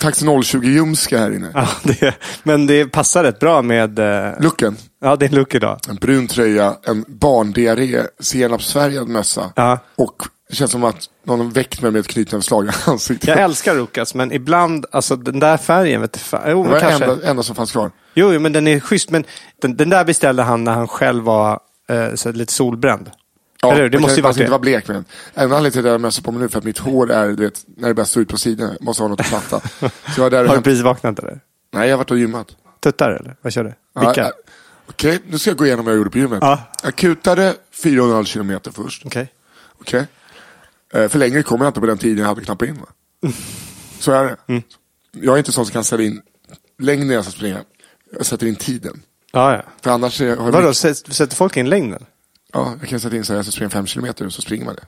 Taxi 020-ljumske här inne. Ja, det, men det passar rätt bra med... eh, Looken. Ja, det är en look idag. En brun tröja, en barndiarré, senapsfärgad mössa. Ja. Och det känns som att någon har väckt mig med ett knytnävsslag i ansiktet. Jag älskar Rukas, men ibland, alltså den där färgen vet du fan. Jo, det var men det kanske. enda, enda som fanns kvar. Jo, jo, men den är schysst. Men den, den där beställde han när han själv var eh, så lite solbränd. Eller hur? Det man måste kan, ju man vara ska inte det. vara blek med den. Enda anledningen till att jag har mössa på mig nu är för att mitt hår är, du vet, när det börjar stå ut på sidan. Jag måste ha något att platta. Så jag var där och Har du hämt... precis vaknat eller? Nej, jag har varit och gymmat. Tuttar eller? Vad kör du? Ja, Vilka? ja. Okej, nu ska jag gå igenom vad jag gjorde på gymmet. Ja. Jag kutade 4,5 kilometer först. Okej. Okej. Eh, För längre kommer jag inte på den tiden jag hade knappat in. Va? Så är det. Mm. Jag är inte sån som kan ställa in längden jag ska springa. Jag sätter in tiden. Ja, ja. För annars är, har jag, Vadå, sätt- sätter folk in längden? Ja, jag kan sätta in så här, jag ska springa 5 kilometer och så springer man det.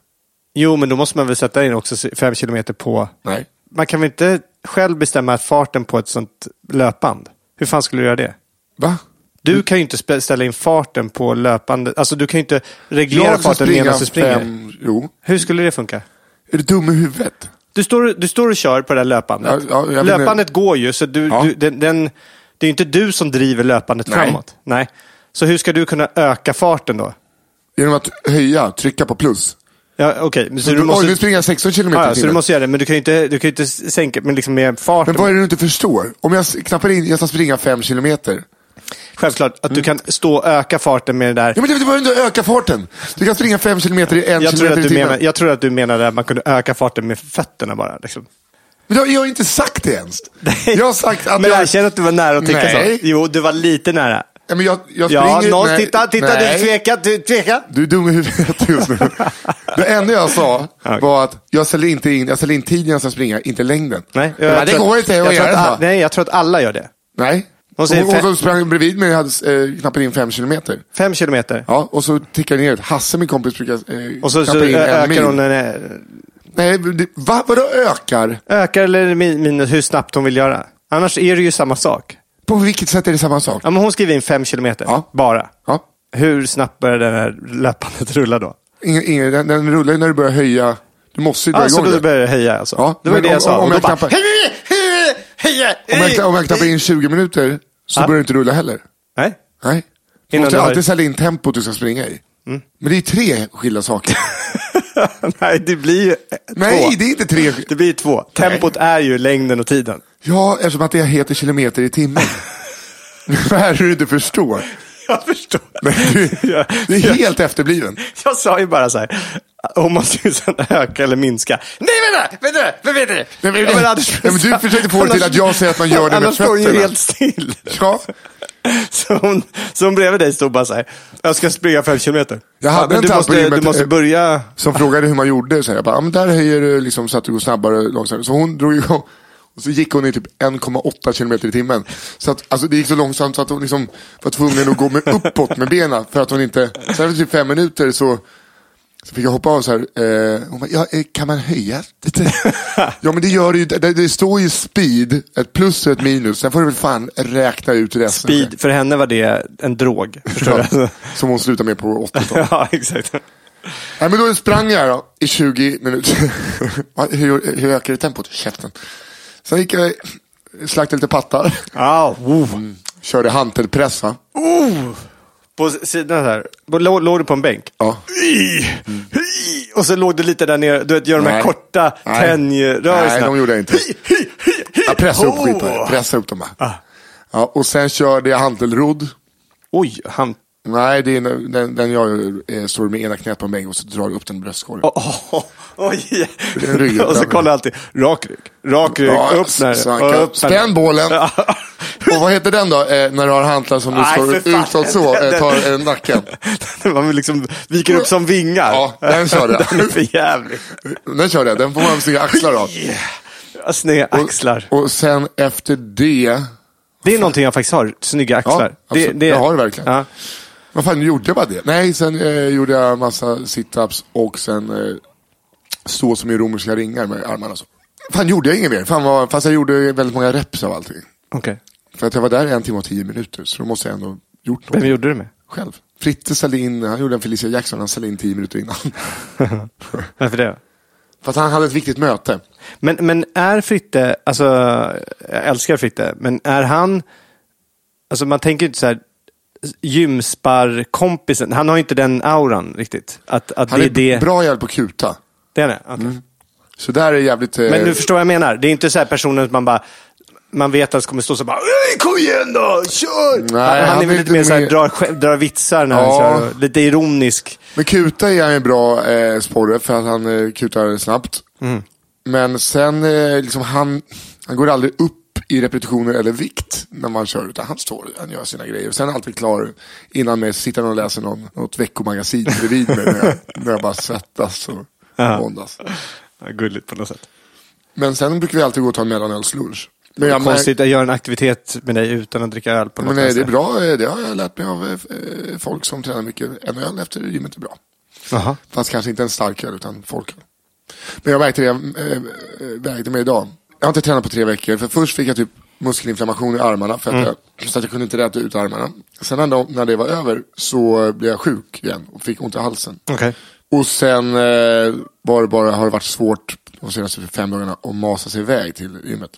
Jo, men då måste man väl sätta in också se- fem kilometer på... Nej. Man kan väl inte själv bestämma farten på ett sånt löpband? Hur fan skulle du göra det? Va? Du Mm. kan ju inte spe- ställa in farten på löpande. Alltså du kan ju inte reglera Jag ska farten springa medan du springer. fem... Jo. Hur skulle det funka? Är du dum i huvudet? Du står, du står och kör på det där löpandet. Ja, ja, jag vet löpandet går ju, så du, Ja. du, den, den, det är ju inte du som driver löpandet Nej. framåt. Nej. Så hur ska du kunna öka farten då? Genom att höja, trycka på plus. Ja, Okej, men så Du du Oj, nu måste... springer jag 16 kilometer Ja, i ja, så du timmen. måste göra det, men du kan ju inte, du kan ju inte s- sänka men liksom med farten. Men vad är det du inte förstår? Om jag s- knappar in, jag ska springa 5 kilometer. Självklart att du kan stå och öka farten med det där. Mm. Ja, men du behöver inte öka farten. Du kan springa 5 kilometer i 1 Jag tror, kilometer att i du timmen. menar, jag tror att du menade att man kunde öka farten med fötterna bara. Liksom. Men jag, jag har inte sagt det ens. Jag har sagt att men jag... erkänn att du var nära att tycka Nej. så. Jo, du var lite nära. Ja, men jag, jag Ja, springer... någon, nej, titta, titta, nej. du tvekar, du tvekar. Du är dum i huvudet just nu. Det enda jag sa Okej. var att jag ställer inte in, jag ställer in tiden jag ska springa, inte längden. Nej, jag bara, det tror går inte jag att tror göra att, så. a- Nej, jag tror att alla gör det. Nej. Och Och, så är det och, fe- så sprang bredvid mig hade eh, knappat in fem kilometer. Fem kilometer. Ja, och så tickade det ner. Hasse, min kompis, brukar eh, Och så, så knappa in ö- en ökar mil. hon den, eh, Nej, det, va? Vadå ökar? ökar eller min- minus hur snabbt hon vill göra. Annars är det ju samma sak. På vilket sätt är det samma sak? Ja, men hon skriver in fem kilometer, Ja. bara. Ja. Hur snabbt börjar det här löpandet rulla då? Ingen, ingen, den, den rullar ju när du börjar höja. Du måste ju dra Ja, så igång då det. börjar det höja alltså. Ja, det var men det jag om- sa. om- om och då jag bara, knappar- "Heja, heja, heja, Om jag, kna- om jag knappar heja." in 20 minuter så Ja. börjar det inte rulla heller. Nej. Nej. Du Innan måste du har- Mm. alltid ställa in tempot du ska springa i. Men det är ju tre skilda saker. Nej, det blir ju Nej, två. det är inte tre. sk- Det blir två. Tempot är ju längden och tiden. Ja, eftersom att det heter kilometer i timmen. det här är du inte förstår. Jag förstår. Men du, Jag- du är jag- helt efterbliven. Jag sa ju bara så här, hon måste ju sen öka eller minska. Nej, vänta, vänta, vänta, vänta. Nej, men- Ja, Anders- Nej, men du försökte få det till att jag säger att man gör det med Annars står hon ju fötterna. helt still. Ja, Så hon, så hon bredvid dig stod bara så här, jag ska springa fem kilometer. Jag hade men en du tant på måste, gymmet, du måste eh, börja. som frågade hur man gjorde. Så här, jag bara, ja, men där höjer du liksom så att du går snabbare och långsammare. Så hon drog igång. Och så gick hon i typ 1,8 kilometer i timmen. Så att, alltså, det gick så långsamt så att hon liksom var tvungen att gå med uppåt med benen. För att hon inte... Sen efter typ fem minuter så, så fick jag hoppa av så här. Eh, hon bara, ja, eh, kan man höja? lite?" ja men det gör det ju. Det, det står ju speed, ett plus och ett minus. Sen får du väl fan räkna ut resten. Speed, för henne var det en drog. Förstår du? Som hon slutade med på 80-talet. ja, exakt. Nej, men då sprang jag då, i 20 minuter. Va, hur, hur ökar du tempot? Käften. Sen gick jag, slaktade lite pattar, Au. Mm. körde hantelpress. va? På sidan så här. Då lå- Låg du på en bänk? Ja. Mm. I, i, och så låg du lite där nere, du vet, gör de här Nej. korta Nej. tändrörelserna. Nej, de gjorde jag inte. Jag pressade Oh! upp skiten, jag pressade upp dem här. Ah. Ja, och sen körde jag hantelrodd. Oj, han... Nej, det är den, den- den jag eh, står med ena knät på en bänk och så drar jag upp den i bröstkorgen. Oh, oh, oj. Det är ryggen. och så kollar jag alltid, rak rygg, rak rygg, Ja, upp när så han kan- upp när- Spänn bålen. Ja. Och vad heter den då, eh, när du har hantlar som du Nej, står för fan. utåt så, eh, tar eh, nacken? Man vill liksom viker upp som vingar. Ja, den körde jag. Den är för jävlig. Den körde jag, den får man snygga axlar av. Ja, Snygga axlar. Och sen efter det, Det är någonting jag faktiskt har, snygga axlar. Ja, absolut. Jag har det verkligen. Ja. vad fan gjorde jag bara det? Nej, sen eh, gjorde jag massa situps och sen eh, stå som i romerska ringar med armarna så. Fan gjorde jag inget mer, fan vad, fast jag gjorde väldigt många reps av allting. Okej. För att jag var där en timme och tio minuter, så då måste jag ändå gjort något Vem gjorde du med? själv. Fritte ställde in, han gjorde en Felicia Jackson, han ställde in tio minuter innan. Varför det? För att han hade ett viktigt möte. Men, men är Fritte, alltså jag älskar Fritte, men är han, alltså man tänker ju inte så här gymsparrkompisen, han har ju inte den auran riktigt. Att, att Han det är är det, bra jävel på kuta. det är det. okej. Så där är jävligt... eh, Men du förstår vad jag menar, det är inte så här personen att man bara, man vet att det kommer stå så bara "Ey, Kom igen då, kör! Nej, han, han är väl lite mer såhär, mer- drar, skä- drar vitsar när Ja. han kör, och lite ironisk. Med kuta är han en bra eh, sporre för att han eh, kutar snabbt. Mm. Men sen, eh, liksom han, han går aldrig upp i repetitioner eller vikt när man kör. Utan han står, han gör sina grejer. Sen är han alltid klar innan mig. så Sitter han och läser någon, något veckomagasin bredvid mig när jag, när jag bara svettas och våndas. Ja, gulligt på något sätt. Men sen brukar vi alltid gå och ta en mellanölslunch. Men jag Konstigt att göra en aktivitet med dig utan att dricka öl på något Men nej, det är vänster. bra. Eh, Det har jag lärt mig av eh, folk som tränar mycket. En öl efter gymmet är bra. Jaha. Fast kanske inte en stark öl, utan folköl. Men jag vägde, det, eh, vägde mig idag. Jag har inte tränat på tre veckor. För först fick jag typ muskelinflammation i armarna. För att jag, så att jag kunde inte räta ut armarna. Sen när, de, när det var över så blev jag sjuk igen och fick ont i halsen. Okej. Och sen eh, var det bara, har det varit svårt de senaste fem dagarna att masa sig iväg till gymmet.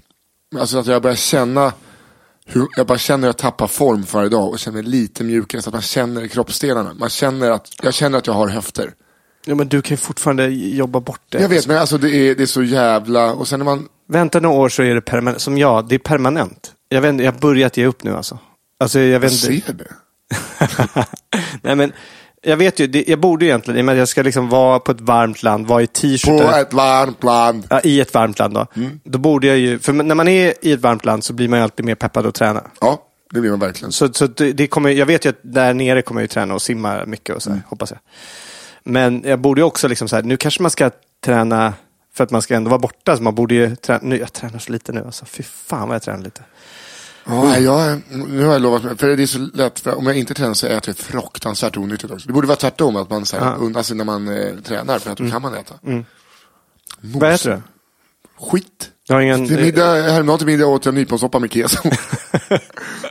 Men Alltså att jag börjar känna, hur, jag bara känner hur jag tappar form för varje dag och känner mig lite mjukare. Så att man känner i kroppsdelarna. Man känner att, jag känner att jag har höfter. Ja, men du kan ju fortfarande jobba bort det. Jag vet, men alltså det är, det är så jävla... Och sen när man... Vänta några år så är det permanent. Som jag, det är permanent. Jag, vet, inte, jag har börjat ge upp nu alltså. Alltså jag vet inte. ser det. Nej men, jag vet ju, det, jag borde ju egentligen, i och med att jag ska liksom vara på ett varmt land, vara i t-shirt. På och- ett Mm. varmt land. Ja, I ett varmt land då. Då borde jag ju, för när man är i ett varmt land så blir man ju alltid mer peppad att träna. Ja, det blir man verkligen. Så, så det, det kommer, jag vet ju att där nere kommer jag ju träna och simma mycket och så Mm. här, hoppas jag. Men jag borde ju också liksom så här, nu kanske man ska träna för att man ska ändå vara borta. Så man borde ju träna, nu, jag tränar så lite nu alltså. Fy fan vad jag tränar lite. Ja, nej, jag, nu har jag lovat mig, för det är så lätt, för om jag inte tränar så äter jag fruktansvärt onyttigt också. Det borde vara tvärtom, att man så här, unnar sig när man eh, tränar, för att då kan man äta. Mos. Mm. Vad heter du? Mm. Skit. Jag har ingen... Till middag, häromdagen till middag åt jag nyponsoppa med keso.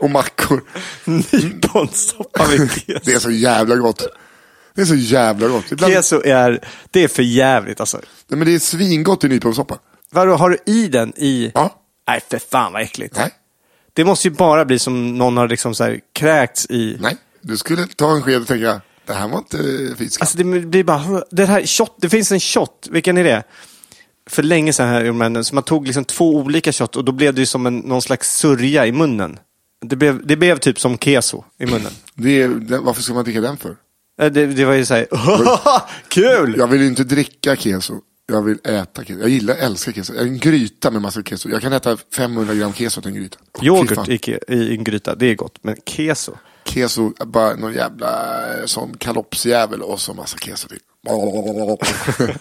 och mackor. Nyponsoppa med Det är keso. så jävla gott. Det är så jävla gott. Ibland, Keso är, det är för jävligt alltså. Nej, men det är svingott i nyponsoppa. Vadå, har du i den i... Ja. Nej, för fan vad äckligt. Nej. Det måste ju bara bli som någon har liksom så här kräkts i. Nej, du skulle ta en sked och tänka, det här var inte eh, fisk. Alltså det blir bara, det här shot, det finns en shot, vilken är det? För länge sedan här i männen, så man tog liksom två olika shot och då blev det ju som en, någon slags sörja i munnen. Det blev, det blev typ som keso i munnen. det är, det, varför ska man dricka den för? Eh, Det, det var ju såhär, kul! Jag vill ju inte dricka keso. Jag vill äta keso. Jag gillar, älskar keso. En gryta med massa keso. Jag kan äta 500 gram keso till en gryta. Åh, fy Yoghurt fan. i, ke- i en gryta, det är gott, men keso? Keso, bara någon jävla eh, sån kalopsjävel och så massa keso till.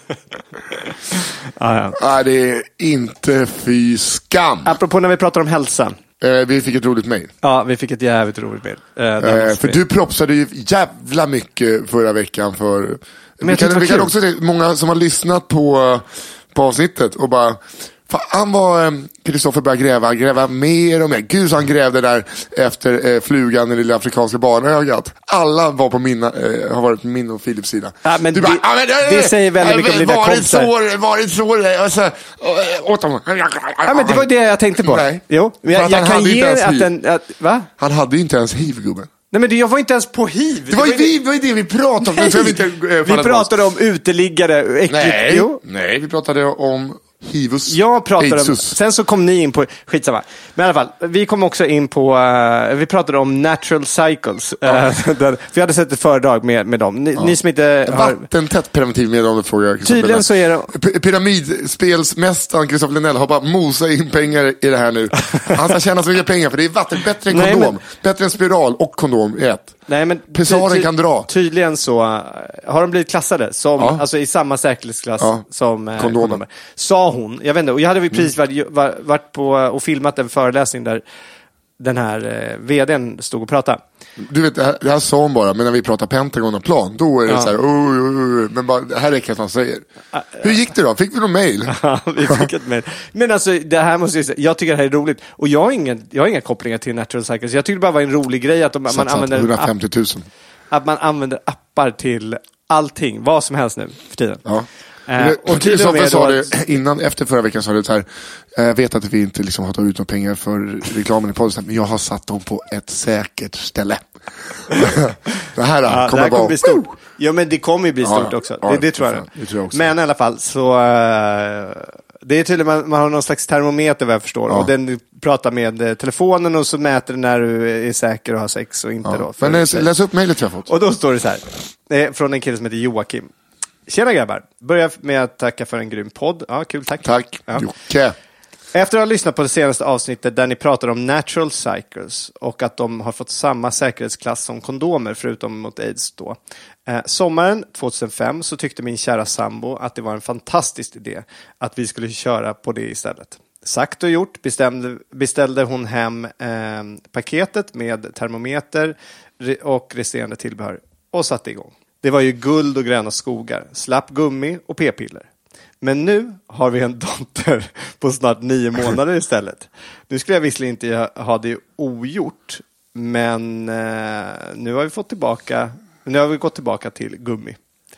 Ah, ja. Ah. Nej, det är inte fy skam. Apropå när vi pratar om hälsa. Eh, vi fick ett roligt mejl. Ja, vi fick ett jävligt roligt bild. Eh, där Eh, måste för vi- du propsade ju jävla mycket förra veckan för... vi jag tyckte det kan, var vi kan kul. också säga, många som har lyssnat på, på avsnittet och bara, Fan, han var, Kristoffer började gräva, han gräva mer och mer. Gud så han grävde där efter eh, flugan i lilla afrikanska barnögat. Alla var på mina, eh, har varit på min och Philips sida. Ja, men det- eh, det säger väldigt eh, mycket om dina varit kompisar. Så, varit så, eh, och så, eh, åt honom. Ja, men det var ju det jag tänkte på. Nej. Jo, men För jag, att han jag kan hade ge inte ens att hiv. den... Att, va? Han hade ju inte ens hiv, gubben. Nej, men det, jag var inte ens på hiv. Det var ju vi, det, var ju det vi pratade om. Nu ska vi inte, eh, vi falla pratade om uteliggare. Äckligt. Nej, Jo. nej, vi pratade om hivus. Jag pratade om, aidsus. sen så kom ni in på, skitsamma. Men i alla fall, vi kom också in på, eh, vi pratade om natural cycles. eh, där, för jag hade sett ett föredrag med, med dem. Ni, ni som inte har... Vattentätt preventivmedel om du frågar Kristoffer Tydligen så är det- P- Pyramidspelsmästaren Kristoffer Lennell har bara mosat in pengar i det här nu. Han ska tjäna så mycket pengar för det är vatten, bättre än Nej, kondom. men- Bättre än spiral och kondom i ett. Nej, men Pessaren kan dra. Tydligen så eh, har de blivit klassade som, Ja. alltså i samma säkerhetsklass Ja. som eh, Kondomer. Sa hon. Jag vet inte, och jag hade väl precis Mm. varit, var- varit på och filmat en föreläsning där den här eh, vdn stod och pratade. Du vet, det här, det här sa hon bara, men när vi pratar Pentagon och plan, då är det Ja. Ah, så här, oj, oj, oj, men bara, det här räcker att man säger. Hur gick det då? Fick vi någon mail? eh. Ja, vi fick ett mejl. Men alltså, det här måste jag säga, jag tycker det här är roligt. Och jag har, ingen, jag har inga kopplingar till Natural Cycles. Jag tycker det bara var en rolig grej att, de, man, Satsat använder en app, 150 000. att man använder appar till allting, vad som helst nu för tiden. Ja. Eh, Men- och till och Kristoffer med sa då det att- innan, efter förra veckan sa det så här, jag vet att vi inte liksom har tagit ut några pengar för reklamen i podden, men jag har satt dem på ett säkert ställe. det här Ja, det kommer här kommer vara... bli stort. Ja, men det kommer ju bli Ja, stort ja. också. Ja, det, det, för tror jag. fan. Det tror jag också. Men i alla fall så... eh, det är tydligen, man, man har någon slags termometer vad jag förstår. Ja. Och den du pratar med eh, telefonen och så mäter den när du är säker och har sex och inte då. Ja. för Men eh, tjejer. läs upp mejlet vi har fått. Och då står det så här, eh, från en kille som heter Joakim. Tjena grabbar! Börjar med att tacka för en grym podd. Ja, kul, tack. Tack Ja. Jocke. Efter att ha lyssnat på det senaste avsnittet där ni pratar om natural cycles och att de har fått samma säkerhetsklass som kondomer förutom mot aids då. Eh, sommaren 2005 så tyckte min kära sambo att det var en fantastisk idé att vi skulle köra på det istället. Sagt och gjort bestämde, beställde hon hem eh, paketet med termometer re- och resterande tillbehör och satte igång. Det var ju guld och gröna skogar, slapp gummi och p-piller. Men nu har vi en dotter på snart nio månader istället. Nu skulle jag visserligen inte ha det ogjort, men eh, nu har vi fått tillbaka, nu har vi gått tillbaka till gummi.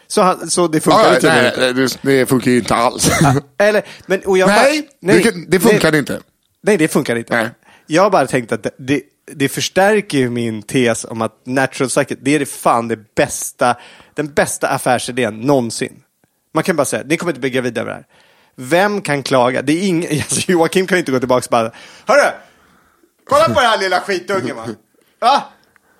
Så, han, så det funkar Ja, ju Ah, nej, tydligen nej, inte. nej, det- det funkar ju inte alls. Eller, men, och jag nej, bara, du kan- det funkar nej, inte. Nej, det funkar inte. Nej. Jag har bara tänkt att det, det, det förstärker ju min tes om att natural cycle, det är det fan det bästa, den bästa affärsidén någonsin. Man kan bara säga, ni kommer inte bli gravida över det här. Vem kan klaga? Det är ingen, alltså Joakim kan inte gå tillbaka och bara, hörru, kolla på den här lilla skitungen va. va?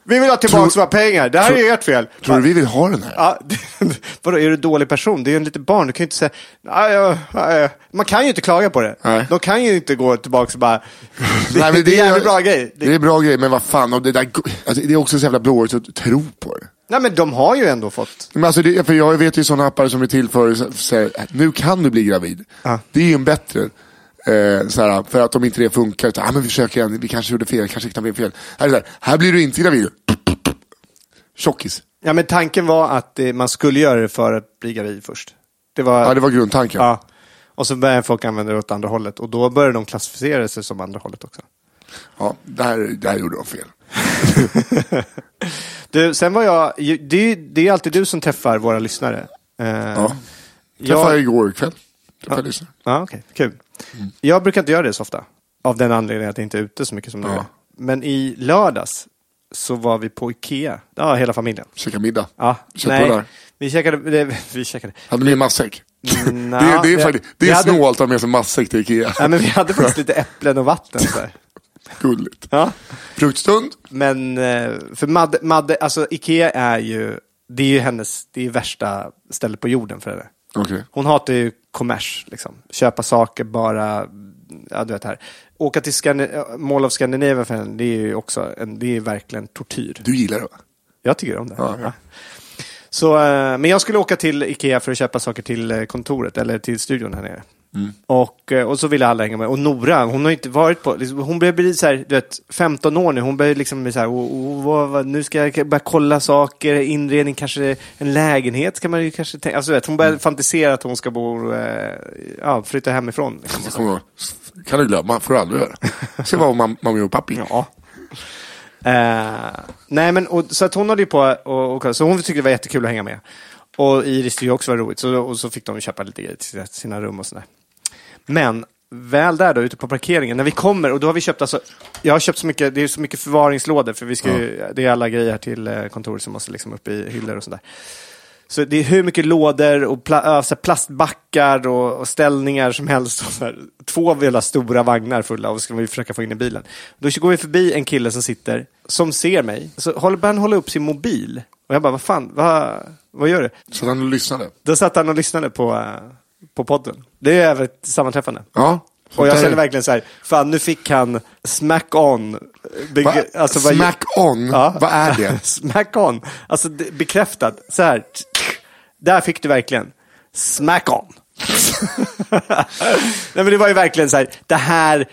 Vi vill ha tillbaka Tror- våra pengar, det här är tror- ju ert fel. Tror du vi vill ha den här? Ja, det- vadå, är du en dålig person? Det är ju en litet barn, du kan ju inte säga... "Aj, ja, aj, ja." Man kan ju inte klaga på det. Nej. De kan ju inte gå tillbaka och bara... Det, Nej, men det är en jävligt bra grej. Det, Det, är bra grej, men vad fan. Och det, där, go- alltså, det är också så jävla blåögt att tro på det. nej, men de har ju ändå fått... Men alltså det, för jag vet ju sådana appar som är till för så- så här, nu kan du bli gravid. Ja. Det är ju en bättre. Eh, så här, för att de inte det funkar. utan, Ah, men vi försöker igen, vi kanske gjorde fel, kanske knappt blev fel. Här, är det så här, här blir du inte gravid. Tjockis. Ja, men tanken var att eh, man skulle göra det för att bli gravid först. Det var... Ja, det var grundtanken. ja. Och så började folk använda det åt andra hållet och då började de klassificera sig som andra hållet också. Ja, där, där gjorde de fel. Du, sen var jag... ju- Det är, ju- det är alltid du som träffar våra lyssnare. Eh, Ja. jag- Träffade jag igår kväll. Träffade lyssnare. Ja, okej. Kul. Jag brukar inte göra det så ofta. Av den anledningen att jag inte är ute så mycket som du Ja. är. Men i lördags så var vi på Ikea. Ja, hela familjen. Käka middag. Ja, Kör på där. Vi käkade... Det, vi käkade. Hade ni matsäck? Nja, det, är- det är, vi- faktiskt, vi det är hade- snålt att ha med sig matsäck till Ikea. Ja, men vi hade faktiskt lite äpplen och vatten. Så här. Gulligt. Ja. Fruktstund. Men eh, för Madde, Madde, alltså Ikea är ju... Det är ju hennes... Det är ju värsta stället på jorden för henne. Okej. Hon hatar ju kommers, liksom. Köpa saker bara, ja du vet här. Åka till Skandi- Mall of Scandinavia för henne, det är ju också, en, det är verkligen tortyr. Du gillar det va? Jag tycker om det. Ja, ja. Ja. Så, eh, men jag skulle åka till Ikea för att köpa saker till eh, kontoret, eller till studion här nere. Och, eh, och så ville alla hänga med. Och Nora, hon har ju inte varit på... Liksom, hon börjar bli så här, du vet, 15 år nu. Hon börjar liksom bli så här, "Åh, åh, vad, vad, nu ska jag börja kolla saker, inredning, kanske en lägenhet ska man ju kanske tänka. Alltså, du vet, hon börjar fantisera att hon ska bo, eh, ja, flytta hemifrån. Liksom. Jag Alltså, kommer ihåg. Kan du glömma, får du aldrig göra. Ska vara mam- mamma och pappi. Ja. Eh, nej, men och, så att hon hade ju på och, och kolla. så hon tyckte det var jättekul att hänga med. Och Iris tyckte ju också det var roligt, så, och så fick de ju köpa lite grejer till sina- sina rum och sådär. Men väl där då, ute på parkeringen, när vi kommer, och då har vi köpt alltså, jag har köpt så mycket, det är så mycket förvaringslådor, för vi ska ju, det är alla grejer här till eh, kontoret som måste liksom upp i hyllor och sådär. Så det är hur mycket lådor och pla, ja, så här plastbackar och, och ställningar som helst. Och så här, två väldigt stora vagnar fulla och så ska vi försöka få in i bilen. Då går vi förbi en kille som sitter, som ser mig. Så håller han hålla upp sin mobil. Och jag bara, vad fan, vad, vad gör du? Så att han lyssnade. Då satt han och lyssnade på, eh, på podden. Det är ett sammanträffande. Ja. Och jag Där- känner verkligen så här, fan nu fick han smack on. Beg- Va? Smack on? Ja. Vad är det? smack on. Alltså det- bekräftat, så här. Där fick du verkligen smack on. Nej men det var ju verkligen så här, det här, Jag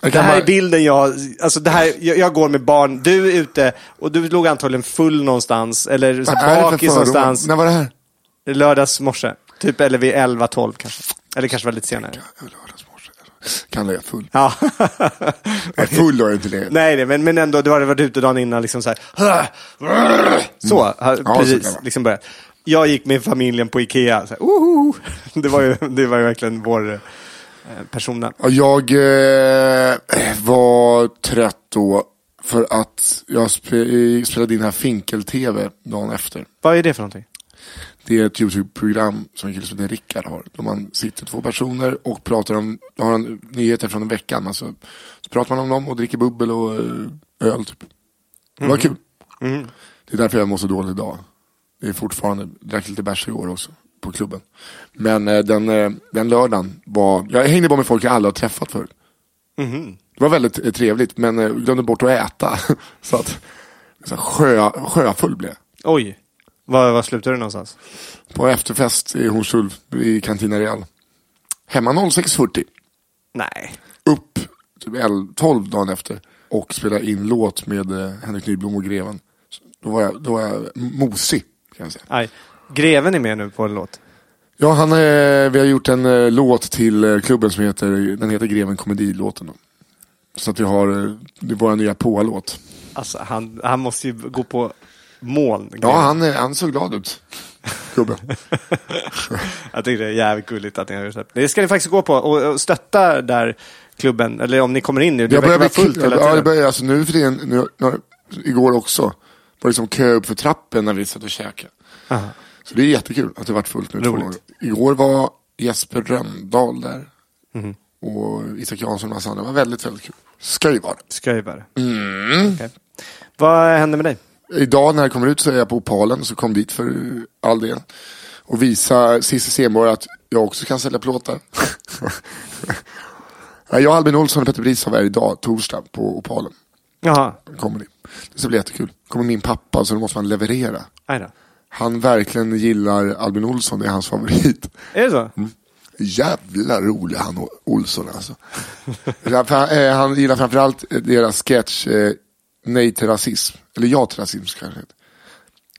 det kan här bara- är bilden jag, alltså det här, jag, jag går med barn, du är ute och du låg antagligen full någonstans eller så Vad här, är det för bakis fördomar? någonstans. När var det här? Lördags morse, typ eller vid 11-12 kanske. Eller kanske var det lite senare. Lördagsmorse. Kan det vara full? Ja. Nej, full var jag inte det. Nej, nej men, men ändå, du hade varit ute dagen innan liksom så här. Så, har- Mm. Ja, så kan precis, det. liksom börjat. Jag gick med familjen på Ikea. Så här, "Woho!" det, var ju, det var ju verkligen vår eh, persona. Ja, Jag eh, var trött då för att jag spe- spelade in här Finkel-TV dagen efter. Vad är det för någonting? Det är ett YouTube-program som en kille som heter Rickard har. Då man sitter två personer och pratar om, har en nyheter från veckan. Alltså, så pratar man om dem och dricker bubbel och eh, öl typ. Det var kul. Det är därför jag mår så dåligt idag. Det är fortfarande, drack lite bärs igår också på klubben. Men eh, den, eh, den lördagen var, jag hängde bara med folk jag aldrig har träffat förut. Mm-hmm. Det var väldigt eh, trevligt men eh, glömde bort att äta. så att, så här, sjö, sjöfull blev jag. Oj, var, var slutar du någonstans? På efterfest i Hornstull i Cantina Real. Hemma 06.40. Nej. Upp typ 11, 12 dagen efter. Och spela in låt med eh, Henrik Nyblom och Greven. Så Då var jag, då var jag mosig. Kan jag säga. Aj. Greven är med nu på en låt. Ja, han, eh, vi har gjort en eh, låt till eh, klubben som heter, den heter Greven komedilåten. Då. Så att vi har, eh, det är vår nya påa-låt. Alltså, han, han måste ju gå på moln. Ja, Greven. han, eh, han såg glad ut. Gubben. Jag tycker det är jävligt gulligt att ni har gjort det. Det ska ni faktiskt gå på och och stötta där klubben, eller om ni kommer in nu. Det Jag verkar börjar bli vara fullt hela Ja, det tiden. börjar, alltså nu för tiden, nu, nu, igår också, var det liksom kö upp för trappen när vi satt och käkade. Aha. Så det är jättekul att det varit fullt nu två Roligt. gånger. Igår var Jesper Röndahl där. Och Isak Jansson och massa andra. Det var väldigt, väldigt kul. Skoj var det. Skröjbare. Mm. Okej. Vad händer med dig? Idag när jag kommer ut så är jag på Opalen, så kom dit för eh, all del. Och visa Cissi Stenborg att jag också kan sälja plåtar. Nej, jag, Albin Olsson och Petter Brishov är idag, torsdag, på Opalen. Jaha, comedy. Det ska bli jättekul. kommer min pappa, så då måste man leverera. aj då. Han verkligen gillar Albin Olsson, det är hans favorit. Är det så? Mm. Jävla rolig han O- Olsson alltså. För han, eh, han gillar framförallt eh, deras sketch eh, Nej till rasism. Eller Ja till rasism kanske det heter.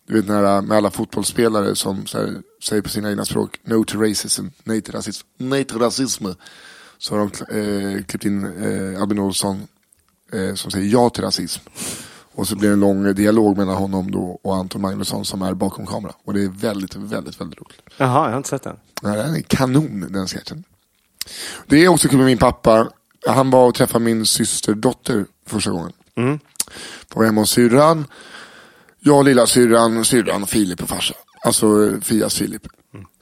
Du vet den här eh, med alla fotbollsspelare som så här, säger på sina egna språk No to racism, nej till rasism, nej till rasism. Så har de kl- eh, klippt in eh, Albin Olsson eh, som säger ja till rasism. Och så blir det en lång eh, dialog mellan honom då och Anton Magnusson som är bakom kamera. Och det är väldigt, väldigt, väldigt roligt. Jaha, jag har inte sett den. Nej, den är kanon den sketchen. Det är också kul med min pappa. Han var och träffade min systerdotter första gången. Då var jag hemma hos syrran. Jag, lilla syrran, syrran, Filip och farsa. Alltså eh, Fias Filip.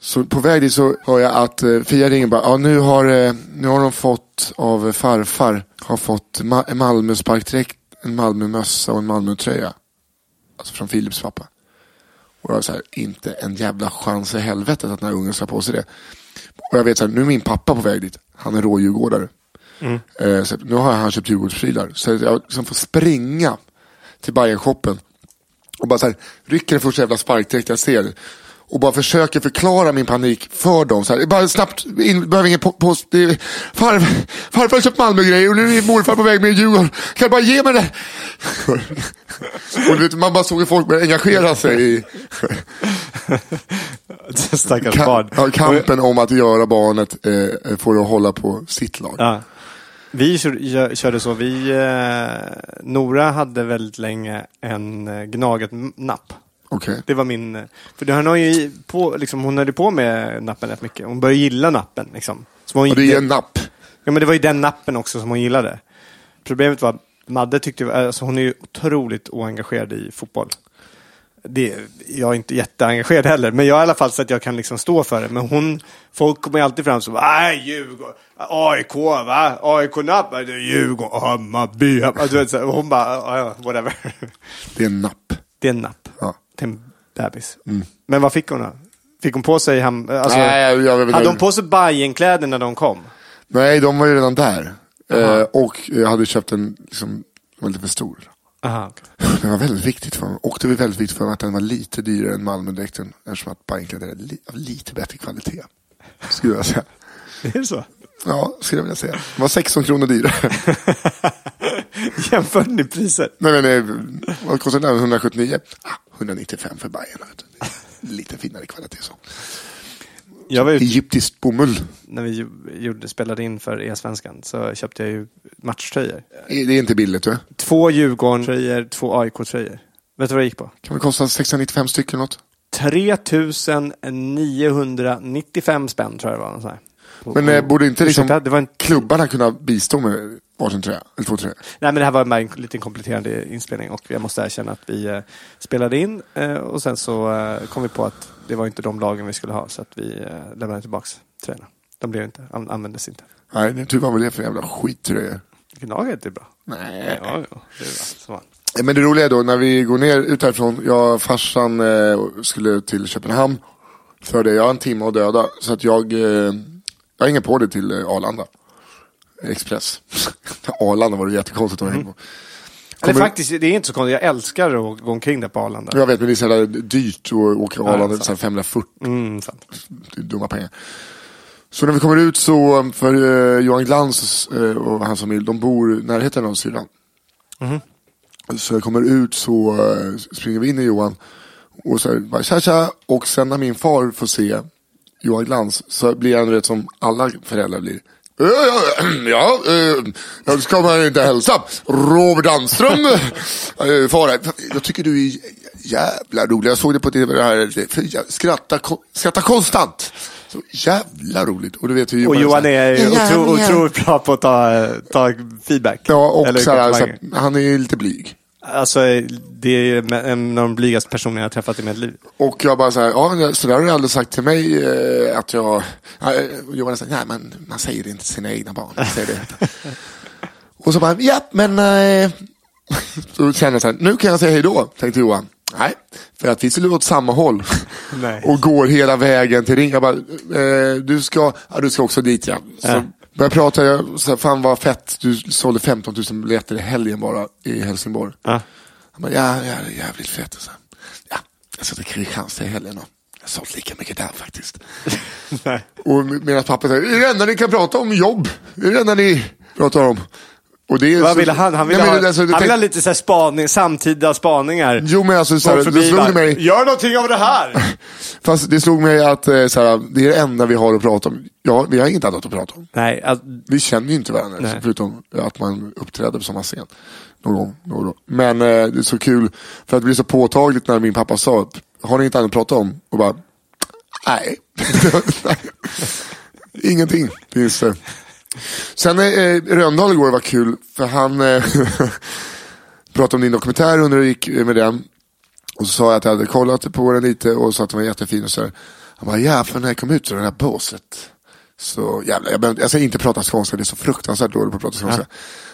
Så på väg dit så hör jag att eh, Fia ringer bara, ja nu har, eh, nu har de fått av eh, farfar, har fått Ma- en Malmö-sparkdräkt, en Malmö-mössa och en Malmö-tröja. Alltså från Filips pappa. Och jag var så här, inte en jävla chans i helvetet att den här ungen ska på sig det. Och jag vet så här, nu är min pappa på väg dit. Han är rådjurgårdare. Eh, så att nu har han köpt Djurgårdsprylar. Så att jag liksom får springa till Bayern-shoppen och bara så här, rycker den första jävla sparkdräkt jag ser. och bara försöker förklara min panik för dem. Så här, bara snabbt, in, behöver ingen po- post. Det är, farf, farfar har köpt Malmögrejer och nu är morfar på väg med Djurgården. Kan du bara ge mig det? och du vet, man bara såg hur folk började engagera sig i Stackars ka- barn. ja, kampen om att göra barnet eh, för att hålla på sitt lag. Ja. Vi kör, gö- körde så. Vi, eh, Nora hade väldigt länge en eh, gnaget m- napp. Okej. Det var min... eh, För det, hon, har ju på, liksom, hon höll ju på med nappen rätt mycket. Hon började gilla nappen. Liksom. Så hon Och det är en napp. Ja, men det var ju den nappen också som hon gillade. Problemet var att Madde tyckte, alltså hon är ju otroligt oengagerad i fotboll. Det, jag är inte jätteengagerad heller, men jag är i alla fall så att jag kan liksom stå för det. Men hon, folk kommer ju alltid fram som, nej Djurgården, AIK va? AIK-napp, det är Djurgården, Hammarby. Alltså, du vet, så här, och hon bara, "Ja, ja, whatever. Det är en napp. Det är en napp. Ja. Mm. Till en bebis. Men vad fick hon då? Fick hon på sig, ham- alltså, Nej, jag- jag vet hade inte. hon på sig Bajenkläder när de kom? Nej, de var ju redan där. Eh, och jag hade köpt en, liksom, den var lite för stor. Aha. Den var väldigt viktigt för mig. Och det var väldigt viktigt för mig att den var lite dyrare än Malmödräkten. Eftersom att Bajenkläder är li- av lite bättre kvalitet. Skulle jag säga. Det är så? Ja, skulle jag vilja säga. Den var 16 kronor dyrare. Jämförde ni priser? Nej, nej, nej. Vad kostar den? 179? Ah, 195 för Bajen. vet du. Det är Lite finare kvalitet så. Jag var ju, Egyptisk bomull. när vi ju- gjorde, spelade in för E-svenskan så köpte jag ju matchtröjor. Det är inte billigt du. Två Djurgården-tröjor, två AIK-tröjor. Vet du vad det gick på? Kan väl kosta 695 stycken något. 3995 spänn tror jag det var. någon sån här. På- Men eh, borde inte liksom Ursäkta, det var en... klubbarna kunna bistå med varsin tröja? Eller två tröjor? Nej, men det här var bara en liten kompletterande inspelning och jag måste erkänna att vi eh, spelade in eh, och sen så eh, kom vi på att det var inte de lagen vi skulle ha så att vi eh, lämnade tillbaks tröjorna. De blev inte, an- användes inte. Nej, det är tur var väl det för jävla skittröjor. Gnaget är bra. Nej. Ja, ja. Det är allt som var. Men det roliga är då när vi går ner ut härifrån. Jag och farsan eh, skulle till Köpenhamn. För det, jag har en timme att döda. Så att jag, eh, jag hänger på det till eh, Arlanda. Express. Arlanda var det jättekonstigt att hänga Mm. på. Eller Kommer- faktiskt, det är inte så konstigt. Jag älskar att gå omkring där på Arlanda. Jag vet men det är så jävla dyrt att åka Ja, Arlanda. sant. så här 540, Mm, sant. det är dumma pengar. Så när vi kommer ut så, um, för eh, Johan Glans eh, och hans familj, de bor i närheten av syrran. Så jag kommer ut så eh, springer vi in i Johan och så här, bara tja tja. Och sen när min far får se Johan Glans så blir han rätt som alla föräldrar blir. "Ja, ja, Ja, eh, jag ska man inte hälsa. Robert Danström, eh, far här. Jag tycker du är jävla rolig. Jag såg det på tv. Det här, för jag skrattar, ko- skrattar konstant. Så jävla roligt. Och du vet hur Och Johan är så här, ju otro, otroligt bra på att ta, ta feedback. Ja, och Eller så här, alltså- så komplimanger. här, han är ju lite blyg. Alltså, det är ju en av de blygaste personerna jag har träffat i mitt liv. Och jag bara så här, ja så där har du aldrig sagt till mig eh, att jag... Ja, eh, Johan sa, nej men man säger det inte till sina egna barn. man Säger det. inte." och så bara, ja men... Eh, så kände jag så här, nu kan jag säga hej då, tänkte Johan. Nej, för att vi skulle åt samma håll. Nej. och går hela vägen till ring. Jag bara, eh, du, ska, ja, du ska också dit ja. Så Ja. började prata, jag sa, fan vad fett, du sålde 15 000 biljetter i helgen bara i Helsingborg. Ja. Han bara, ja, ja, det är jävligt fett. Och så, ja, jag ska till Kristianstad i helgen och jag har sålt lika mycket där faktiskt. Nej. och med- medan pappa säger, det är det enda ni kan prata om jobb. Det är det enda ni pratar om. Och det är Vad så- ville han? Han ville, Nej, men ha, alltså, det han ville ha tänk- lite så här spaning, samtida spaningar. Jo men alltså, så här, Folk det förbi slog bara, mig. Gör någonting av det här! Fast det slog mig att eh, så här, det är det enda vi har att prata om. Ja, vi har inget annat att prata om. Nej, alltså, Vi känner ju inte varandra, Nej. förutom att man uppträder på samma scen. Någon gång, någon gång. Men eh, det är så kul, för att det blir så påtagligt när min pappa sa, att, har ni inget annat att prata om? Och bara, nej. Ingenting finns det. Sen eh, Röndahl igår var kul, för han eh, pratade om din dokumentär och hur det gick med den. Och så sa jag att jag hade kollat på den lite och sa att den var jättefin och så här. Han bara, ja för när jag kom ut ur det här båset. Så jävla, jag, behöver- jag ska inte prata skånska, det är så fruktansvärt dåligt på att prata skånska.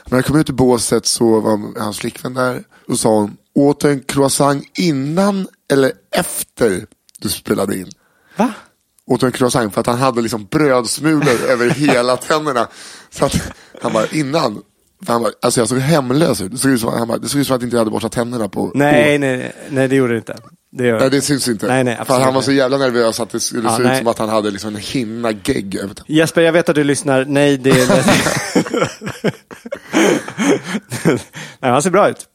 Men när jag kom ut ur båset så var hans flickvän där och sa hon, åt en croissant innan eller efter du spelade in? va? åt en croissant för att han hade liksom brödsmulor över hela tänderna. Så att han bara, innan, för han bara, alltså jag såg hemlös ut. Det såg ut som, han bara, det såg ut som att jag inte hade borstat tänderna på Nej, på- nej, nej, det gjorde det inte. Det gör Nej, jag. det syns inte. Nej, nej, För absolut han var så inte. jävla nervös att det skulle Ja, se ut nej. som att han hade liksom en hinna gegg över det. Jesper, jag vet att du lyssnar. Nej, det är... Nej, han ser bra ut.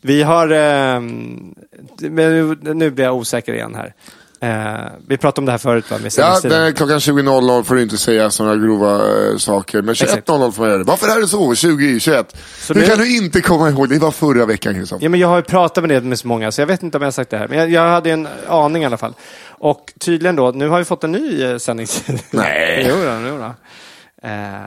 Vi har... ehm, men nu, nu blir jag osäker igen här. Eh, vi pratade om det här förut, va? Med Ja, sändningstiden. men klockan 20.00 får du inte säga sådana grova eh, saker. Men Exakt. 21.00 får man göra det. Varför är det så? 20, 21. Så Hur det- kan du inte komma ihåg? Det var förra veckan Christian. Ja, men jag har ju pratat med det med så många, så jag vet inte om jag har sagt det här. Men jag, jag hade en aning i alla fall. Och tydligen då, nu har vi fått en ny eh, sändningstid. Nej. jo då, jo då. Eh,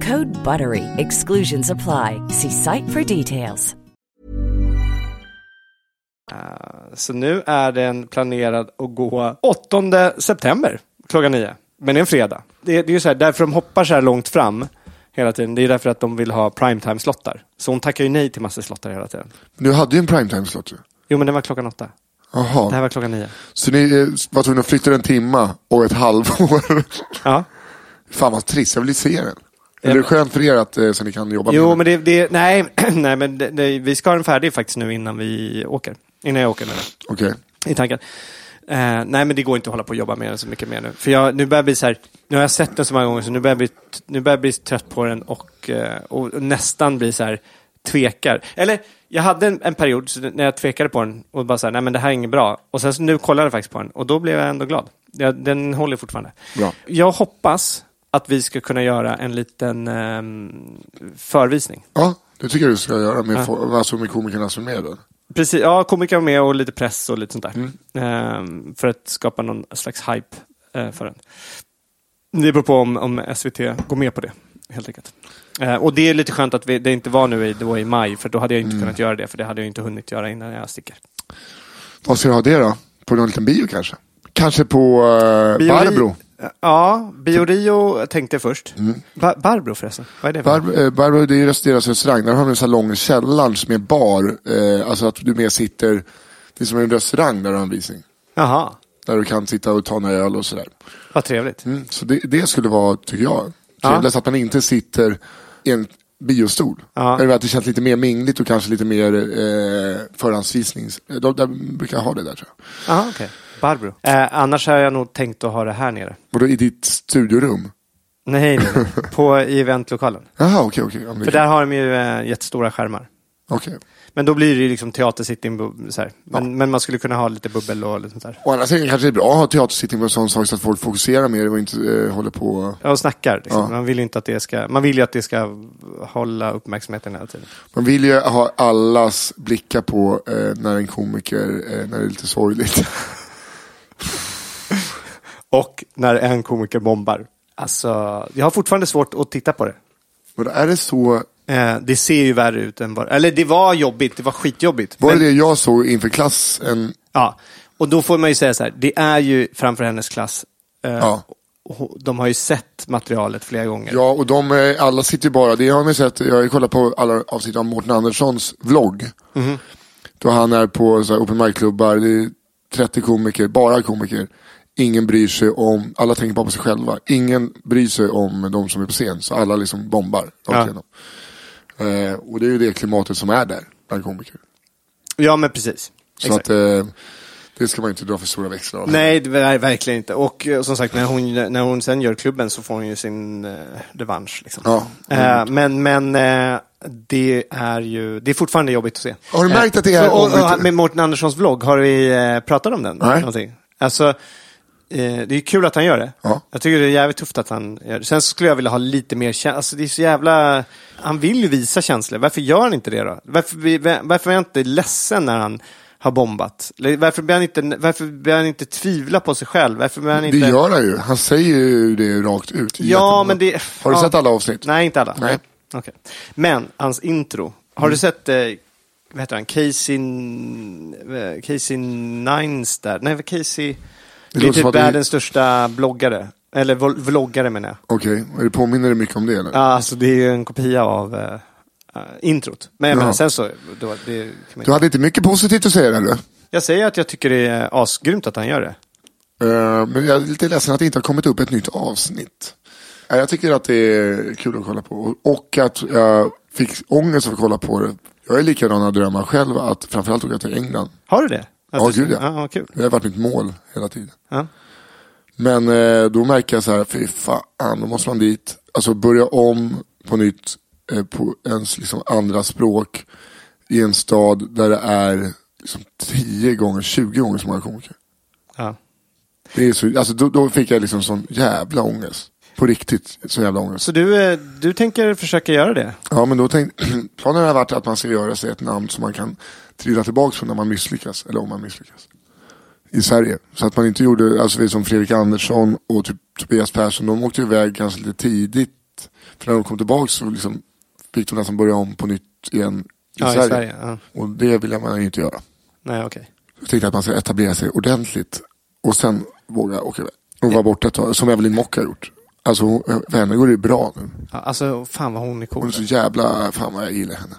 Code BUTTERY. Exclusions apply. See site for details. Så nu är den planerad att gå 8 september klockan 9. Men det är en fredag. Det är, det är ju så här, därför de hoppar så här långt fram hela tiden. Det är därför att de vill ha primetime-slottar. Så hon tackar ju nej till massor slottar hela tiden. Du hade ju en primetime-slot ju. Jo, men den var klockan åtta. Det här Jaha. var klockan nio. Så ni eh, var tvungna att flytta den en timma och ett halvår. Ja. Fan vad trist, jag vill ju se den. Men det men- är skönt för er att, eh, så ni kan jobba Jo, med men det, det nej, nej, men det, det, vi ska ha den färdig faktiskt nu innan vi åker. Innan jag åker med den. den. Okej. i tanken. Eh, nej, men det går inte att hålla på och jobba med den så mycket mer nu. För jag, nu börjar jag bli så här, nu har jag sett den så många gånger så nu börjar jag bli, nu börjar jag bli trött på den och, eh, och nästan bli så här, tvekar. Eller, jag hade en, en period så när jag tvekade på den och bara så här, nej men det här är inget bra. Och sen så nu kollade jag faktiskt på den och då blev jag ändå glad. Jag, den håller fortfarande. Bra. Jag hoppas att vi ska kunna göra en liten ehm, förvisning. Ja, det tycker jag du ska göra med, fo- alltså med komikerna som är med den. Precis, ja, komiker var med och lite press och lite sånt där. Mm. Ehm, för att skapa någon slags hype eh, för den. Det beror på om, om SVT går med på det, helt enkelt. Eh, och det är lite skönt att vi, det inte var nu i, det var i maj, för då hade jag inte Mm. kunnat göra det, för det hade jag inte hunnit göra innan jag sticker. Vad ska du ha det då? På någon liten bio kanske? Kanske på eh, Bio- Barbro? Ja, Biorio tänkte jag först. Ba- Barbro förresten, vad är det? för något? Barb- eh, Mm. Barbro, det är ju rest- deras restaurang. Där har de en salong i källaren som är bar. Eh, alltså att du med sitter, det är som en restaurang där de har en visning. Jaha, Där du kan sitta och ta några öl och sådär. vad trevligt. Mm, så det, det skulle vara, tycker jag, Ja. trevligast att man inte sitter i en biostol. Ja. Eller att det känns lite mer mingligt och kanske lite mer eh, förhandsvisnings... De, de brukar ha det där tror jag. Jaha, okej. Barbro. Eh, annars har jag nog tänkt att ha det här nere. Vadå, i ditt studiorum? Nej, nej. på i eventlokalen. Jaha, okej, okej. Ja, men det- För där har de ju eh, jättestora skärmar. okej. Men då blir det ju liksom teatersitting. bu- Så här. Men, men man skulle kunna ha lite bubbel och liksom lite sånt där. Å andra sidan kanske det är bra att ha teatersittning på en sån sak så att folk fokuserar mer och inte eh, håller på... Ja, och snackar. Liksom. Ja. Man vill ju inte att det ska... Man vill ju att det ska hålla uppmärksamheten hela tiden. Man vill ju ha allas blickar på eh, när en komiker, eh, när det är lite sorgligt. Och när en komiker bombar. Alltså, jag har fortfarande svårt att titta på det. Men är det så... Eh, det ser ju värre ut än bara... Eller det var jobbigt, det var skitjobbigt. Var Men- det det jag såg inför klassen? Ja, och då får man ju säga så här, det är ju framför hennes klass. Eh, Ja. och De har ju sett materialet flera gånger. Ja, och de, eh, alla Mhm. sitter ju bara, det har man ju sett, jag har ju kollat på alla avsnitt av Mårten Anderssons vlogg. Då han är på så här, open mic-klubbar, det är 30 komiker, bara komiker. Ingen bryr sig om, alla tänker bara på sig själva. Ingen bryr sig om de som är på scen, så alla liksom bombar rakt Ja. igenom. Eh, och det är ju det klimatet som är där, bland komiker. Ja, men precis. Så att, Exakt. eh, det ska man ju inte dra för stora växlar av. Nej, det är verkligen inte. Och eh, som sagt, när hon, när hon sen gör klubben så får hon ju sin eh, revansch. Liksom. Ja. Eh, men men eh, det är ju det är fortfarande jobbigt att se. Har du märkt att det är Eh, så- och, ombytt- och, Med Mårten Anderssons vlogg, har vi eh, pratat om den? Nej. Någonting? Alltså, eh, det är kul att han gör det. Ja. Jag tycker det är jävligt tufft att han gör det. Sen så skulle jag vilja ha lite mer känsla. Alltså, det är så jävla... Han vill ju visa känslor. Varför gör han inte det då? Varför, blir- varför är han inte ledsen när han har bombat? Eller Varför börjar han inte, varför börjar han inte tvivla på sig själv? Varför börjar han inte... Det gör han ju. Han säger ju det rakt ut. i Ja, jättemånga- men det... Har du ja. sett alla avsnitt? Nej, inte alla. Nej. Mm. Okej. Men hans intro. Har du sett, eh, vad heter han, Casey, eh, Casey Nines där? Nej, vad Casey... Det Det är låter som typ att det- världens största bloggare. Eller vol- vloggare menar jag. Okej, och det påminner dig mycket om det eller? Ja, alltså det är ju en kopia av eh, eh, introt. Men jag menar, Jaha. sen så... Då, det kan man Du inte. hade inte mycket positivt att säga där du. Jag säger att jag tycker det är asgrymt att han gör det. Eh, men jag är lite ledsen att det inte har kommit upp ett nytt avsnitt. Eh, jag tycker att det är kul att kolla på. Och att jag fick ångest av att kolla på det. Jag är likadana drömmar själv, att framförallt åka till England. Har du det? Att du- gud, ja. ja. vad kul. Det har varit mitt mål hela tiden. Ja. Men eh, då märker jag så här, fy fan, då måste man dit. Alltså börja om på nytt eh, på ens liksom andra språk i en stad där det är liksom 10 gånger, 20 gånger så många komiker. Ja. Det är så, alltså, då, då fick jag liksom sån jävla ångest. På riktigt sån jävla ångest. Så du, eh, du tänker försöka göra det? Ja men då tänkte, planen har varit att man ska göra sig ett namn som man kan trilla tillbaka på när man misslyckas, eller om man misslyckas. I Sverige. Så att man inte gjorde, alltså vi som Fredrik Andersson och typ Tobias Persson, de åkte iväg ganska lite tidigt. För när de kom tillbaka så liksom fick de nästan börja om på nytt igen i Ja, i Sverige. Sverige, ja. Och det vill man ju inte göra. Nej, okej. Jag tänkte att man ska etablera sig ordentligt och sen våga åka iväg. Och vara borta ett tag, som Evelyn Mock har gjort. Alltså hon- för henne går det ju bra nu. Ja, alltså, fan vad hon är cool. Hon är så jävla, fan vad jag gillar henne.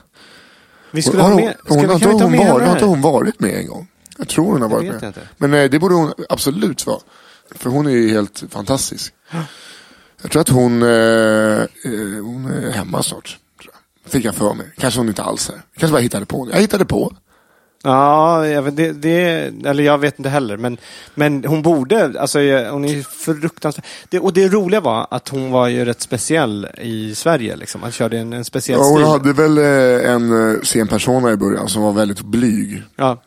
Vi Hon, skulle har ha hon, med... Ska, hon, har vi- inte kan vi ta hon, med var, henne har inte här? hon varit med en gång? Jag tror hon har varit vet jag med. inte. Men nej, det borde hon absolut vara. För hon är ju helt fantastisk. Jag tror att hon, eh, eh, hon är hemma snart. tror jag. Fick jag för mig. Kanske hon inte alls är. Kanske bara hittade på. Jag hittade på. Ja, jag vet, det, det, eller jag vet inte heller. Men, men hon borde, alltså jag- hon är ju fruktansvärd. Det, och det roliga var att hon var ju rätt speciell i Sverige liksom. Hon körde en, en speciell Ja, hon stil. hade väl eh, en eh, sen persona i början som var väldigt blyg. Ja.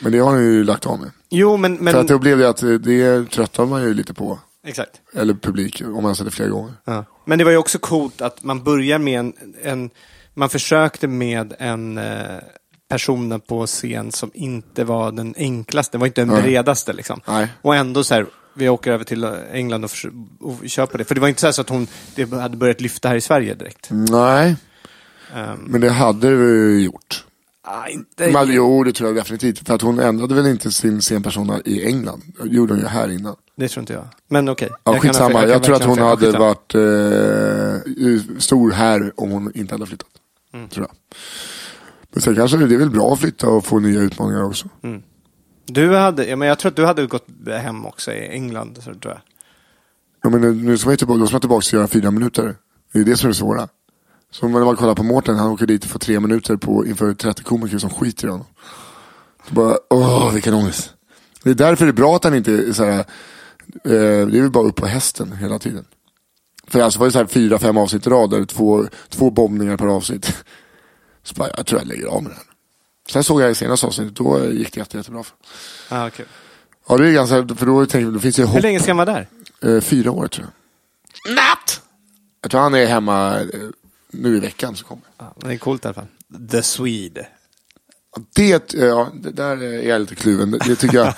Men det har hon ju lagt av med. Jo, men... men För att då blev det att eh, det tröttar man ju lite på. Exakt. Eller publik, om man sätter flera gånger. Ja. Men det var ju också coolt att man börjar med en, en man försökte med en eh, person på scen som inte var den enklaste, det var inte den Nej. bredaste liksom. Nej. Och ändå så här, vi åker över till England och, förs- och köper det. För det var inte så, här så att hon det hade börjat lyfta här i Sverige direkt. Nej, Ehm, men det hade vi gjort. ah, inte... Men, jo, det tror jag definitivt. För att hon ändrade väl inte sin scenpersona i England. Det gjorde hon ju här innan. Det tror inte jag. Men okej. Ja, Jag kan ha skitsamma, fel. jag, kan tror att verkligen hon ha fel. hade Skitsamma. varit eh, stor här om hon inte hade flyttat. Mm. Tror jag. Men sen kanske det är väl bra att flytta och få nya utmaningar också. Du hade, ja, men jag tror att du hade gått hem också i England, så tror jag. Ja, men nu- nu ska man ju tillbaka, då ska man tillbaka och göra fyra minuter. Det är det som är det svåra. Som när man kollar på Mårten, han åker dit och får tre minuter på, inför 30 komiker som skiter i honom. Så bara, åh vilken ångest. Det är därför det är bra att han inte är så här, eh, det är väl bara upp på hästen hela tiden. För alltså var det så här fyra, fem avsnitt i rad, där två, två bombningar per avsnitt. Så bara, jag tror jag lägger av med det här. Sen såg jag i senaste avsnittet, då gick det jätte, jättebra. Ah, kul. Ja det är ganska, för då tänker jag, då finns det ju Hur hopp länge ska han vara där? Eh, fyra år tror jag. Natt! Jag tror han är hemma eh, nu i veckan som kommer. Ja, men det är coolt i alla fall. The Swede. Det, eh, ja, det där är jag lite kluven. Det, det tycker jag.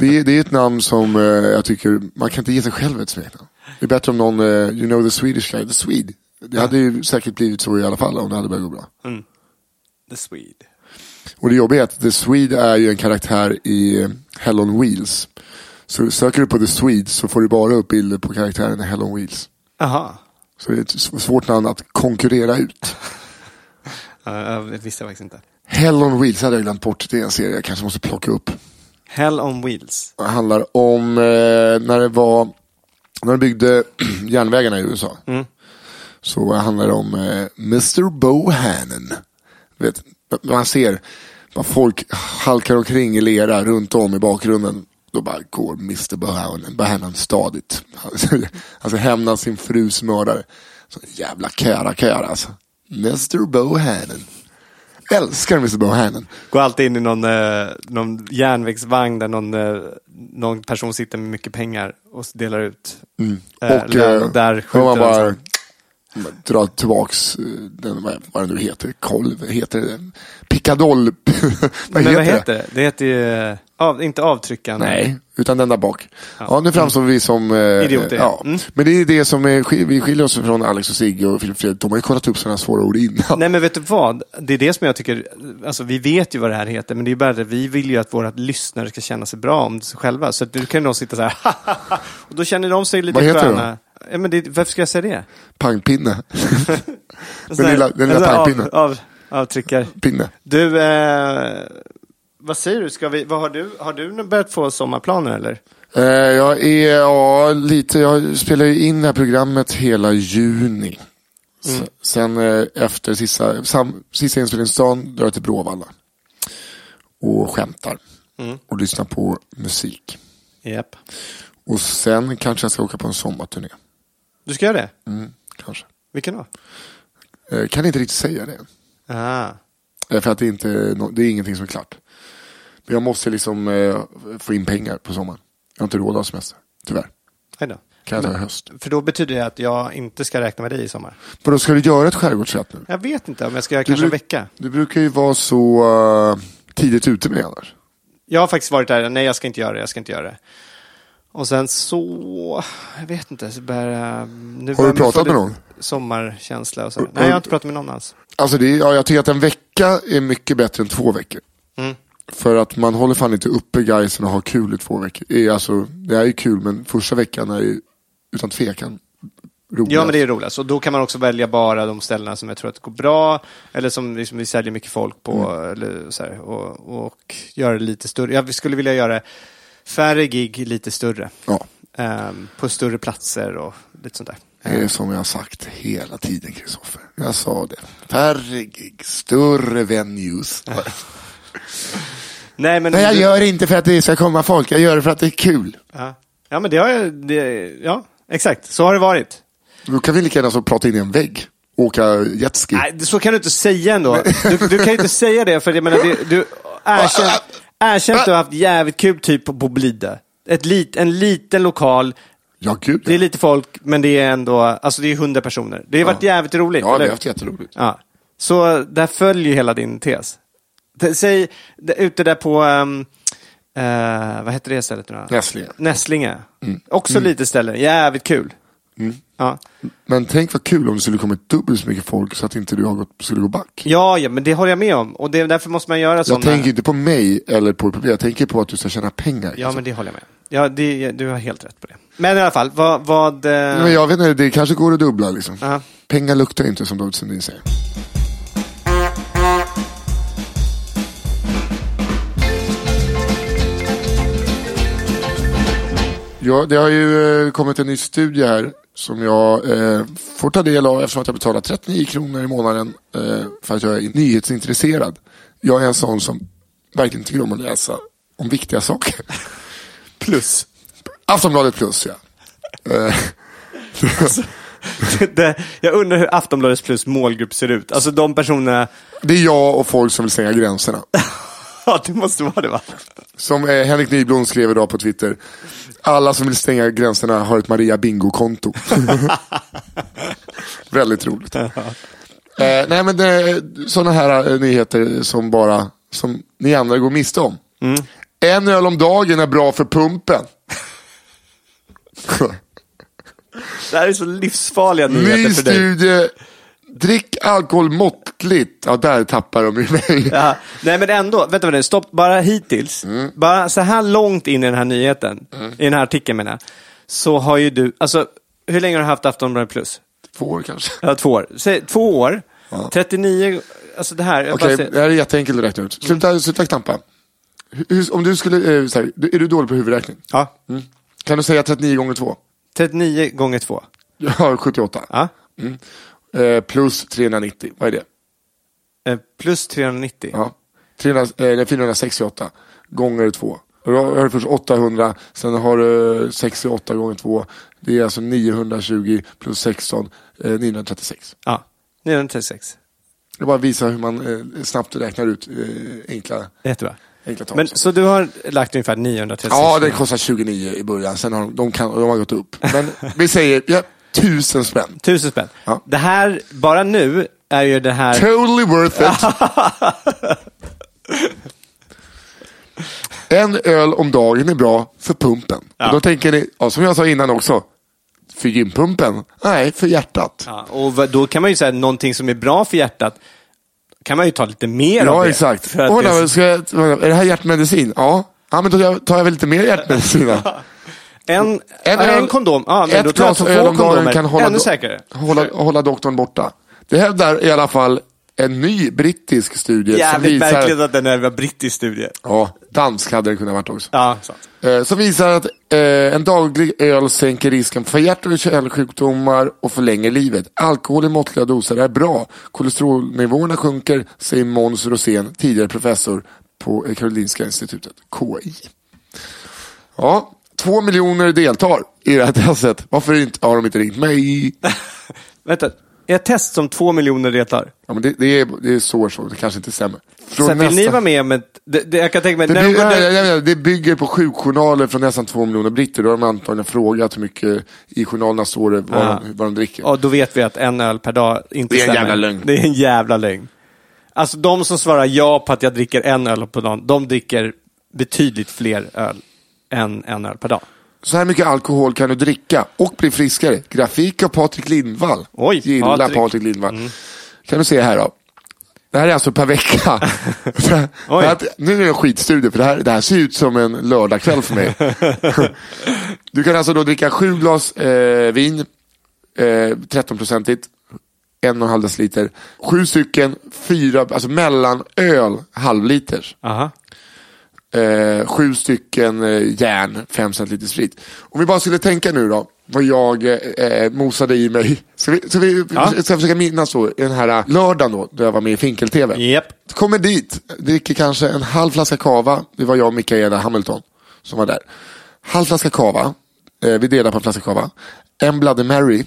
Det, är- det är ett namn som eh, jag tycker, man kan inte ge sig själv ett smeknamn. Det är bättre om någon, eh, you know the Swedish guy, the Swede. Det hade ju säkert blivit så i alla fall om det hade börjat gå bra. The Swede. Och det jobbiga är att The Swede är ju en karaktär i eh, Hell on Wheels. Så söker du på The Swede så får du bara upp bilder på karaktären i Hell on Wheels. Jaha. Så det är ett s- svårt namn att konkurrera ut. Ja, jag visste faktiskt inte. Hell on Wheels hade jag glömt bort. Det är en serie jag kanske måste plocka upp. Hell on Wheels. Det handlar om eh, när det var, när de byggde järnvägarna i USA. Så handlar det om eh, Mr Bohannon. Du Vet, man ser bara folk halkar omkring i lera runt om i bakgrunden. Då bara går Mr Bohannon, Bohannon stadigt. alltså hämnar sin frus mördare. Så jävla köra köra alltså. Mr Bohannon. Älskar Mr Bohannon. Går alltid in i någon, eh, någon järnvägsvagn där någon, eh, någon person sitter med mycket pengar och delar ut. Eh, Mm. Och lön. eh, får där skjuter man de bara sen. dra tillbaks eh, den, vad- vad den nu heter, kolv, heter den? Picadoll, vad, Men heter vad heter det? det? Det heter ju... eh, Av, inte avtryckaren. Nej, utan den där bak. Ja, nu framstår vi som... Eh, Idioter, Ja. mm. Men det är det som är, sk- vi skiljer oss från Alex och Sigge och Filip Fredrik. De har ju kollat upp sådana svåra ord innan. Nej men vet du vad? Det är det som jag tycker, alltså vi vet ju vad det här heter men det är ju bara det, vi vill ju att våra lyssnare ska känna sig bra om sig själva. Så att nu kan någon sitta så här och då känner de sig lite Vad heter det då? sköna. Ja, men det, varför ska jag säga det? Pangpinne. En sån här- lilla- den en lilla sån här pangpinnen. Alltså, Av, av, avtryckare. Pinne. Du, eh, vad säger du? Ska vi, vad har, du har du nu börjat få sommarplaner eller? Eh, jag är, ja, lite, jag spelar ju in det här programmet hela juni. S- Sen eh, efter sista, sam, sista inspelningsdagen drar jag till Bråvalla. Och skämtar. Och lyssnar på musik. Japp. Och sen kanske jag ska åka på en sommarturné. Du ska göra det? Mm, kanske. Vilken då? Eh, kan inte riktigt säga det. Ah. Eh, för att det, är inte, är nå- det är ingenting som är klart. Men jag måste liksom eh, få in pengar på sommaren. Jag har inte råd att ha semester. Tyvärr. Hej då. Kan jag ta i höst. För då betyder det att jag inte ska räkna med dig i sommar. Men då ska du göra ett skärgårdsrätt nu? Jag vet inte om jag ska göra Du kanske en bruk- vecka. Du brukar ju vara så eh, tidigt ute med det annars. Jag har faktiskt varit där, nej jag ska inte göra det, jag ska inte göra det. Och sen så, jag vet inte, så bara, nu Har du pratat med någon? Sommarkänsla och så. Nej, jag har inte pratat med någon alls. Alltså det är, ja, jag tycker att en vecka är mycket bättre än två veckor. Mm. För att man håller fan inte uppe geisen och har kul i två veckor. Det är, alltså, det är ju kul men första veckan är ju utan tvekan roligast. Ja, men det är roligast. Och då kan man också välja bara de ställena som jag tror att går bra, eller som liksom vi säljer mycket folk på, Mm. eller så här, och, och göra det lite större. Jag skulle vilja göra färre gig, lite större. Ja, Ehm, på större platser och lite sånt där. det är som jag har sagt hela tiden Kristoffer. Jag sa det. Färre gig, större venues. Nej, men... Nej, jag gör det inte för att det ska komma folk. Jag gör det för att det är kul. ja. ja, men det har jag... Det, ja, exakt. Så har det varit. Då kan vi lika gärna så prata in i en vägg. Åka jetski. Nej, så kan du inte säga ändå. Du, du kan ju inte säga det, för jag menar, det, du erkänn erkänn att du har haft jävligt kul typ på, på Blida. Ett lit, en liten lokal, Ja, gud det är lite folk, men det är ändå, alltså det är hundra personer. Det har varit jävligt roligt, Ja, det eller har hur? haft jätteroligt. Ja. Så där följer ju hela din tes. Det- Säg, det- ute där på, ehm, eh, vad heter det stället nu då? Nässlinge. Mm. Nässlinge. Också lite ställe, jävligt kul. Ja. Men tänk vad kul om det skulle kommit dubbelt så mycket folk så att inte du har gått, skulle gå back. ja, ja, men det håller jag med om. Och det, därför måste man göra Jag sådana. tänker inte på mig eller på publiken, jag tänker på att du ska tjäna pengar. liksom. Ja, men det håller jag med. Ja, det, du har helt rätt på det. Men i alla fall, vad... vad eh, Nej, men jag vet inte, det kanske går att dubbla liksom. Ja. Pengar luktar inte som David Sundin säger. Ja, det har ju eh, kommit en ny studie här som jag eh, får ta del av eftersom att jag betalar 39 kronor i månaden eh, för att jag är nyhetsintresserad. Jag är en sån som verkligen tycker om att läsa om viktiga saker. Plus. Aftonbladet plus ja. Eh, det, jag undrar hur Aftonbladets Plus målgrupp ser ut. Alltså de personerna... Det är jag och folk som vill stänga gränserna. Ja, det måste vara det va? Som eh, Henrik Nyblom skrev idag på Twitter. Alla som vill stänga gränserna har ett Maria Bingo-konto. Väldigt roligt. eh, nej men det, sådana här eh, nyheter som bara som ni andra går miste om. Mm. En öl om dagen är bra för pumpen. Det här är så livsfarliga nyheter Ny för dig. studie. Drick alkohol måttligt. Ja, där tappar de ju mig. Ja, nej men ändå, vänta nu, stopp, bara hittills, bara så här långt in i den här nyheten, i den här artikeln menar jag, så har ju du, alltså hur länge har du haft Aftonbladet Plus? Två år kanske. Ja, två år. Säg, två år 39, alltså det här. jag Okej, bara ser- det här är jätteenkelt att räkna ut. Sluta, sluta knappa. Hur, om du skulle, eh, så här, är du dålig på huvudräkning? Mm. ja, Kan du säga 39 gånger 2? 39 gånger 2. Ja, 78. Ja. Eh, plus 390, vad är det? Eh, Plus 390. Ja. 300, eh, nej, 468 gånger 2. Och då har du först 800, sen har du 68 gånger 2. Det är alltså 920 plus 16, eh, 936. Ja, 936. Jag bara visar hur man eh, snabbt räknar ut eh, enkla, Jättebra. enkla tal. Men, så du har lagt ungefär 936? Ja, det kostar 29 i början. Sen har de, de, kan, de har gått upp. Men vi säger ja, tusen spänn. Tusen spänn. Ja. Det här, bara nu, är ju det här... Totally worth it. en öl om dagen är bra för pumpen. Och Då tänker ni, ja, som jag sa innan också, för gympumpen? Nej, för hjärtat. Ja, och vad- då kan man ju säga någonting som är bra för hjärtat, kan man ju ta lite mer Ja, av det. exakt. För att Åh, det är nej, så- ska jag, är det här hjärtmedicin? Ja. Ja, men då tar jag- tar jag väl lite mer hjärtmedicin då. en, En en, öl- kondom. Ja, men ett då tar jag glas två öl om dagen kondomer. kan hålla, Ännu do- säkrare. hålla, hålla doktorn borta. Det hävdar i alla fall en ny brittisk studie Jävligt som märkligt visar... att den här var brittisk studie. Ja, dansk hade det kunnat varit också. Ja, sant. Eh, som visar att eh, en daglig öl sänker risken för hjärt och kärlsjukdomar och förlänger livet. Alkohol i måttliga doser är bra. Kolesterolnivåerna sjunker, säger Måns Rosén, tidigare professor på eh, Karolinska institutet, KI. Ja, två miljoner deltar i det här testet. Varför inte, har de inte ringt mig? Vänta, är ett test som två miljoner retar? Ja, men det, det, är, det är så, så, det kanske inte stämmer. Från Så här, vill ni nästan- vara med om ett... Det, det, jag kan tänka mig... Det, när by- de går nej, där- nej, nej, det bygger på sjukjournaler från nästan två miljoner britter. Då har de antagligen frågat hur mycket i journalerna står det vad, Ja. de, vad de dricker. Ja, då vet vi att en öl per dag inte Det är en stämmer. jävla lögn. Det är en jävla lögn. Alltså de som svarar ja på att jag dricker en öl på dagen, de dricker betydligt fler öl än en öl per dag. Så här mycket alkohol kan du dricka och bli friskare. Grafik av Patrik Lindvall. Oj, Gilla Patrik, Patrik. Mm. Lindvall. Kan du se här då? Det här är alltså per vecka. För- för Oj. att, nu är det en skitstudie, för det här, det här ser ut som en lördagkväll för mig. du kan alltså då dricka sju glas eh, vin, eh, 13-procentigt, en och en halv deciliter. Sju stycken, fyra, alltså mellanöl, halvliters. Aha. Eh, sju stycken eh, järn, fem centiliter sprit. Om vi bara skulle tänka nu då, vad jag eh, eh, mosade i mig. Ska vi, ska vi Ja. ska jag försöka minnas då, den här eh, lördagen då, då jag var med i Finkel-TV. Japp. Kommer dit, dricker kanske en halv flaska cava. Det var jag och Mikaela Hamilton som var där. Halv flaska cava, eh, vi delar på en flaska cava. En Bloody Mary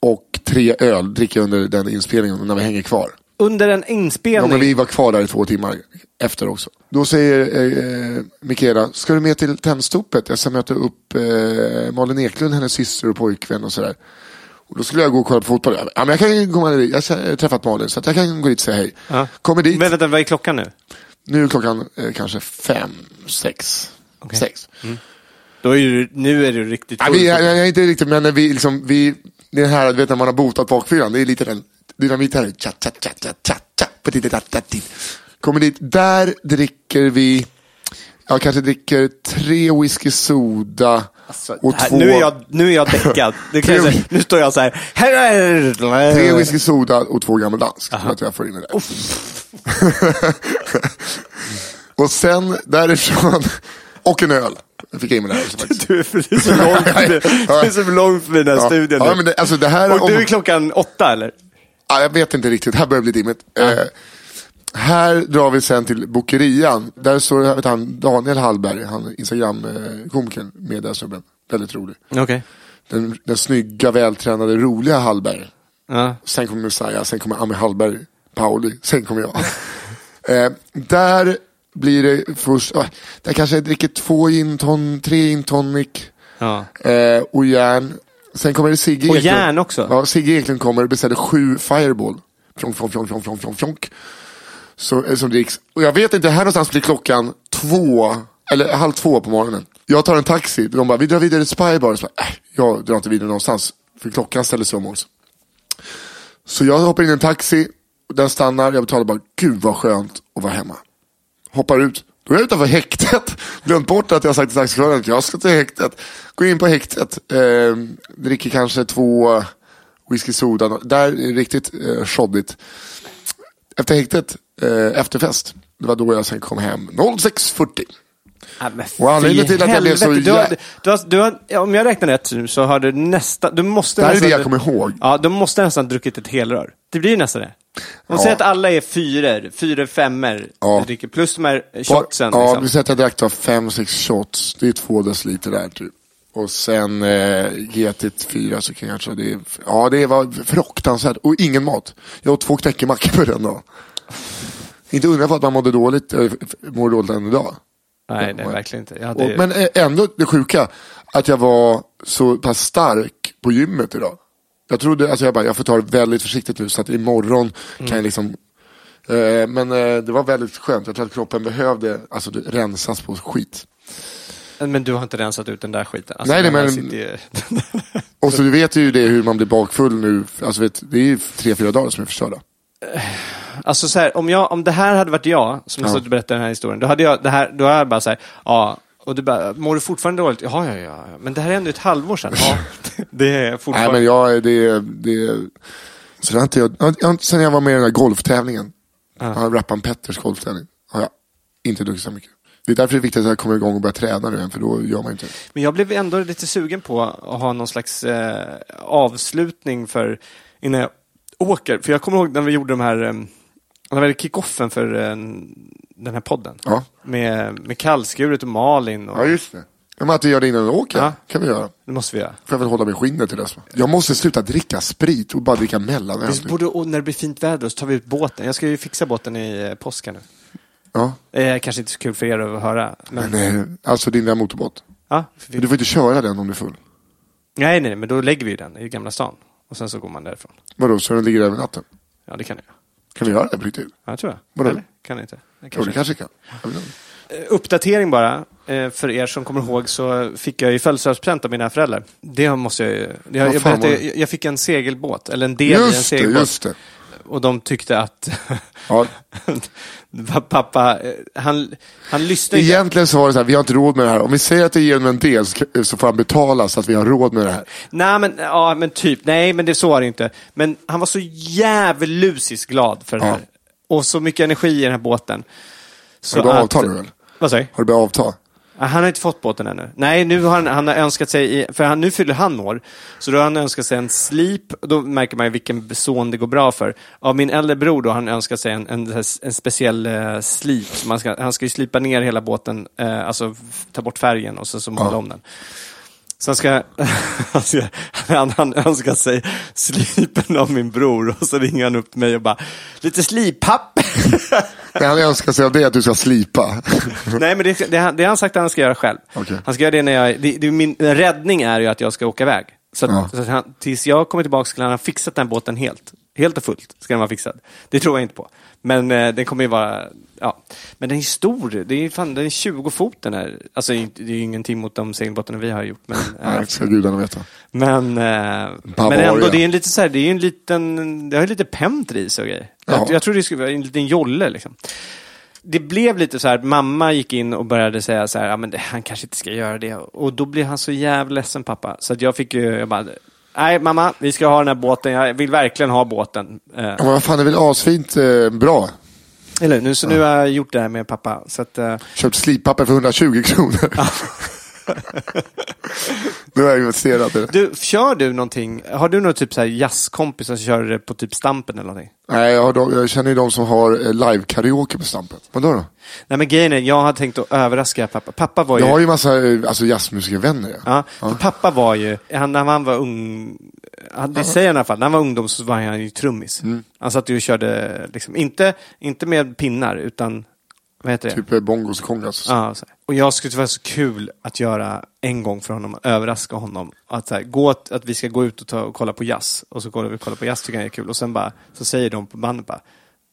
och tre öl dricker jag under den inspelningen när vi hänger kvar. Under en Ja, inspelning? men vi var kvar där i två timmar efter också. Då säger eh, Mikaela, ska du med till Tennstopet? Jag ska möta upp eh, Malin Eklund, hennes syster och pojkvän och sådär. Och då skulle jag gå och kolla på fotboll. Ja, men jag kan ju komma dit. Jag har träffat Malin så att jag kan gå dit och säga hej. Ja. Kommer dit. Men vänta, vad är klockan nu? Nu är klockan eh, kanske fem, sex. sex. Då är du, nu är du riktigt Ja, full. vi, jag, jag är inte riktigt, men när vi liksom, vi, det är den här, du vet när man har botat bakfyllan, det är lite den dynamit här. Tja, tja, tja, tja, tja, tja, patiti, ta, ta, ti. Kommer dit, där dricker vi, jag kanske dricker tre whisky soda och Alltså, Det här, två, nu, är jag, nu är jag däckad. Det kan jag Tre- säga. Nu står jag så här. tre whisky soda och två gammeldansk. Tror att jag får in det där. och sen därifrån, och en öl. Jag fick in mig där också faktiskt. Du är för det är så långt, det är så långt för den här Ja. studien Ja, nu. men det- alltså det här- Och om- du är klockan åtta eller? Ja, Ah, jag vet inte riktigt, här börjar det bli dimmigt. Eh, här drar vi sen till Bokerian. Där står jag vet han, Daniel Hallberg, han Instagram-komikern med den snubben. Väldigt rolig. Okej. Den, den snygga, vältränade, roliga Hallberg. Ja. Sen kommer Messiah, sen kommer Ami Hallberg, Pauli, sen kommer jag. eh, där blir det först, ah, där kanske jag dricker två gin ton, tre gin tonic. Ja. Eh, och järn. Sen kommer det Sigge Och järn också? Ja, Sigge Eklund kommer och beställer sju Fireball. Fjonk, fjonk, fjonk, fjonk, fjonk, fjonk, fjonk. Så, eh, som dricks. Och jag vet inte, här någonstans blir klockan två, eller halv två på morgonen. Jag tar en taxi, de bara, vi drar vidare till Spybar. Så bara, äh, jag drar inte vidare någonstans, för klockan ställer sig om oss. Så jag hoppar in i en taxi, och den stannar, jag betalar bara, gud vad skönt att vara hemma. Hoppar ut, då är jag utanför häktet. Glömt bort att jag sagt till taxichauffören att jag ska till häktet. Går in på häktet, eh, dricker kanske Ehm, två whisky soda. Där är det riktigt eh, shoddigt. Efter häktet, eh, efterfest, det var då jag sen kom hem 06.40. Ja, men Och anledningen fy till att jag blev så helvete, du jä- har, du har, du har, ja, Om jag räknar rätt nu så har du nästan... Du måste Det här är nästan, det jag kommer ihåg. Ja, du måste nästan ha druckit ett helrör. Det blir ju nästan det. Om Ja. säger att alla är fyror, fyror, femmor, Ja. du dricker plus de här eh, shotsen. Ja, liksom. vi säger att jag drack då fem, sex shots. Det är två deciliter där typ. Och sen eh, GT 4 så kanske det... Ja, det var fruktansvärt. Och ingen mat. Jag åt två knäckemackor på den dagen. Inte undra på att man mådde dåligt, eh, mår dåligt än idag. Nej, det är verkligen inte. Ja, det Och, är, men eh, ändå det sjuka, att jag var så pass stark på gymmet idag. Jag trodde, alltså jag bara, jag får ta det väldigt försiktigt nu så att imorgon kan jag liksom eh, men eh, det var väldigt skönt, jag tror att kroppen behövde alltså, det rensas på skit. men du har inte rensat ut den där skiten. Alltså, Nej, nej, den där men- sitter ju- Och så du vet ju det hur man blir bakfull nu, alltså vet, det är ju tre, fyra dagar som är förstörda. Alltså så här, om, jag, om det här hade varit jag som Ja. stod och berättade den här historien, då hade jag, det här, då hade jag bara så här, ja, och du bara, mår du fortfarande dåligt? Ja, ja, ja, ja. men det här är ändå ett halvår sedan. Ja, det är Nej fortfarande... men jag, det, det så det har inte jag, jag, jag, sen jag var med i den där golftävlingen, ja. Rappan Petters golftävling, har jag inte druckit så mycket. Det är därför det är viktigt att jag kommer igång och börjar träna nu igen, för då gör man inte det. Men jag blev ändå lite sugen på att ha någon slags eh, avslutning för innan jag åker. För jag kommer ihåg när vi gjorde de här, eh, när vi hade kickoffen för eh, den här podden. Ja. Med, med kallskuret och Malin. Och, Ja, just det. Men att vi gör det innan du åker, Ja. kan vi göra. Det måste vi göra. Får jag väl hålla mig i skinnet till dess. va? Jag måste sluta dricka sprit och bara dricka mellanöl. Vi borde, och när det blir fint väder så tar vi ut båten. Jag ska ju fixa båten i eh, påsk här nu. Ja. Eh, kanske inte så kul för er att höra. Men, Men, eh, alltså din där motorbåt. ja, vi, Men du får inte köra den om du är full. nej, nej, men då lägger vi den i Gamla stan. Och sen så går man därifrån. Vadå, så den ligger där över natten? Ja, det kan jag göra. Kan vi göra det på riktigt? Ja, tror jag. Vadå? Eller? Kan jag inte? Jag Jo, det kanske kan. Jag vet inte. Uppdatering bara, eh, för er som kommer ihåg så fick jag ju födelsedagspresent av mina föräldrar. Det måste jag ju... Jag, Vad jag, fan berättade, var det? jag, jag fick en segelbåt, eller en del i en Just det, segelbåt. just det. Och de tyckte att Ja. pappa, eh, han, han lyssnade inte. Egentligen så var det så här, vi har inte råd med det här. Om vi säger att det ger honom en del så kan- så får han betala så att vi har råd med det här. Nej men, ja men typ, nej men det så var det inte. Men han var så djävulusiskt glad för det Ja. här. Och så mycket energi i den här båten. Så Men då avtar du väl? Vad säger du? Har du börjat avta? Ja, Ah, Han har inte fått båten ännu. Nej, nu har han, han har önskat sig, i, för han, nu fyller han år, så då har han önskat sig en slip, och då märker man ju vilken son det går bra för. Av min äldre bror då har han önskat sig en, en, en speciell eh, slip, som han, ska, han ska ju slipa ner hela båten, eh, alltså f- ta bort färgen och sen så måla om den. Sen ska han, ska, han, han önskar sig slipen av min bror och så ringer han upp mig och bara, lite slippapper. Men han önskar sig av det att du ska slipa. Nej, men det, det, har- det har han sagt att han ska göra själv. Okej. Han ska göra det när jag... Det, det, min räddning är ju att jag ska åka iväg. Så, att, Ja. så att han, tills jag kommer tillbaka skulle han ha fixat den båten helt. Helt och fullt ska den vara fixad. Det tror jag inte på. Men eh, den kommer ju vara... Ja. Men den är stor. Det är, ju fan, den är 20 fot den här. Alltså det är ju inte- det är ju ingenting mot de segelbåtarna vi har gjort. Men, eh, Nej, ska gudarna veta. men, eh, men Bavaria. ändå, det är en liten så här, det är ju en liten, det har ju lite pentry i sig och grejer. Ja. Jag, jag tror det skulle vara en liten jolle liksom. Det blev lite så här, att mamma gick in och började säga så här, ja men det, han kanske inte ska göra det. Och då blev han så jävla ledsen pappa. Så att jag fick ju, jag bara, nej mamma, vi ska ha den här båten, jag vill verkligen ha båten. Eh, Men vad fan, det är väl asfint eh, bra. eller hur? nu, så nu har jag gjort det här med pappa. Så att, eh, Köpt slippapper för 120 kronor. nu har jag investerat i det. du, kör du någonting, har du några typ så här jazzkompisar som kör det på typ Stampen eller någonting? Nej, jag, har de, jag känner ju de som har eh, live-karaoke på Stampen. Vadå då? Nej men grejen är, jag har tänkt att överraska pappa. Pappa var ju... Jag har ju massa eh, alltså, jazzmusikervänner. Ja. Ja, för pappa var ju, han, när han var ung, han, det säger han i alla fall, när han var ungdom så var han ju trummis. Mm. Han satt ju och körde, liksom, inte, inte med pinnar, utan vad heter det? Typ eh, bongos och kongas. Ja, så här. och jag skulle tycka det var så kul att göra en gång för honom, överraska honom. Att, så här, gå, att, att vi ska gå ut och, ta, och kolla på jazz, och så kollar vi kollar på jazz, tycker han är kul. Och sen bara, så säger de på bandet bara,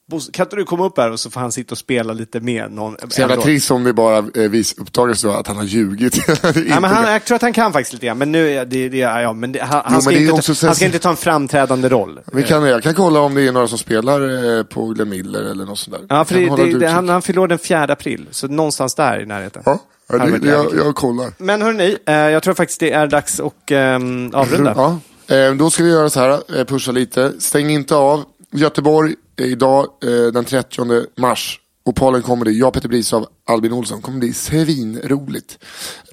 "Bosse, kan inte du komma upp här och så får han sitta och spela lite mer. Någon, Så jävla en låt." trist om det bara eh, vis uppdagas då att han har ljugit. Nej, men han, jag tror att han kan faktiskt lite grann, men nu, är det, det, ja, men det, han, han, men ska det är inte, ta- också så- han ska inte ta en framträdande roll. Vi kan, jag kan kolla om det är några som spelar eh, på Glenn Miller eller något sånt där. Ja, för Kan hålla det, det, ett det, utkik. han, han fyller år den 4 april, så någonstans där i närheten. Ja, ja, Hade det, varit jag, jävligt kul. jag kollar. Men hörni, eh, jag tror faktiskt det är dags att ehm, avrunda. Ja. Eh, Då ska vi göra så här, eh, pusha lite. Stäng inte av. Göteborg eh, idag eh, den 30 mars. Och Palen kommer det. Jag, Peter Brisav, Albin Olsson. kommer bli svinroligt.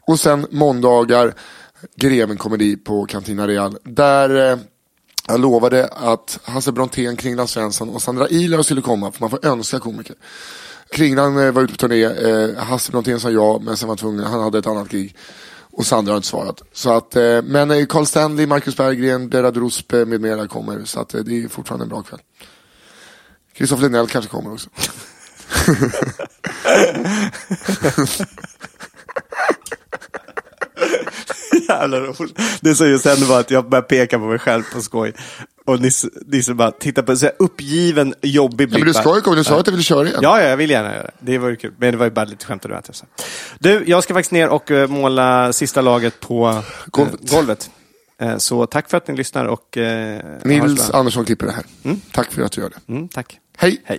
Och sen måndagar, Greven komedi på Cantina Real. Där eh, jag lovade att Hasse Brontén, Kringlan Svensson och Sandra Ilar skulle komma. För man får önska komiker. Kringlan eh, var ute på turné, eh, Hasse Brontén sa ja, men sen var han tvungen, han hade ett annat gig. Och Sandra har inte svarat. Så att, eh, men eh, Carl Stanley, Marcus Berggren, Gerhard Rospe med mera kommer. Så att, eh, det är fortfarande en bra kväll. Kristoffer Linnell kanske kommer också. Jävla roligt. Det som just hände var att jag började peka på mig själv på skoj. Och Nisse, Nisse bara tittade på en så här uppgiven, jobbig Ja, blick. men du ska bara. ju komma, du sa att du ville köra igen. Ja, ja, jag vill gärna göra det. Det var ju kul. Men det var ju bara lite skämt och det så. Du, jag ska faktiskt ner och eh, måla sista laget på eh, Golvet. golvet. Eh, Så tack för att ni lyssnar och... eh, ha det Nils så bra. Andersson klipper det här. Tack för att du gör det. Mm, tack. Hej! Hej.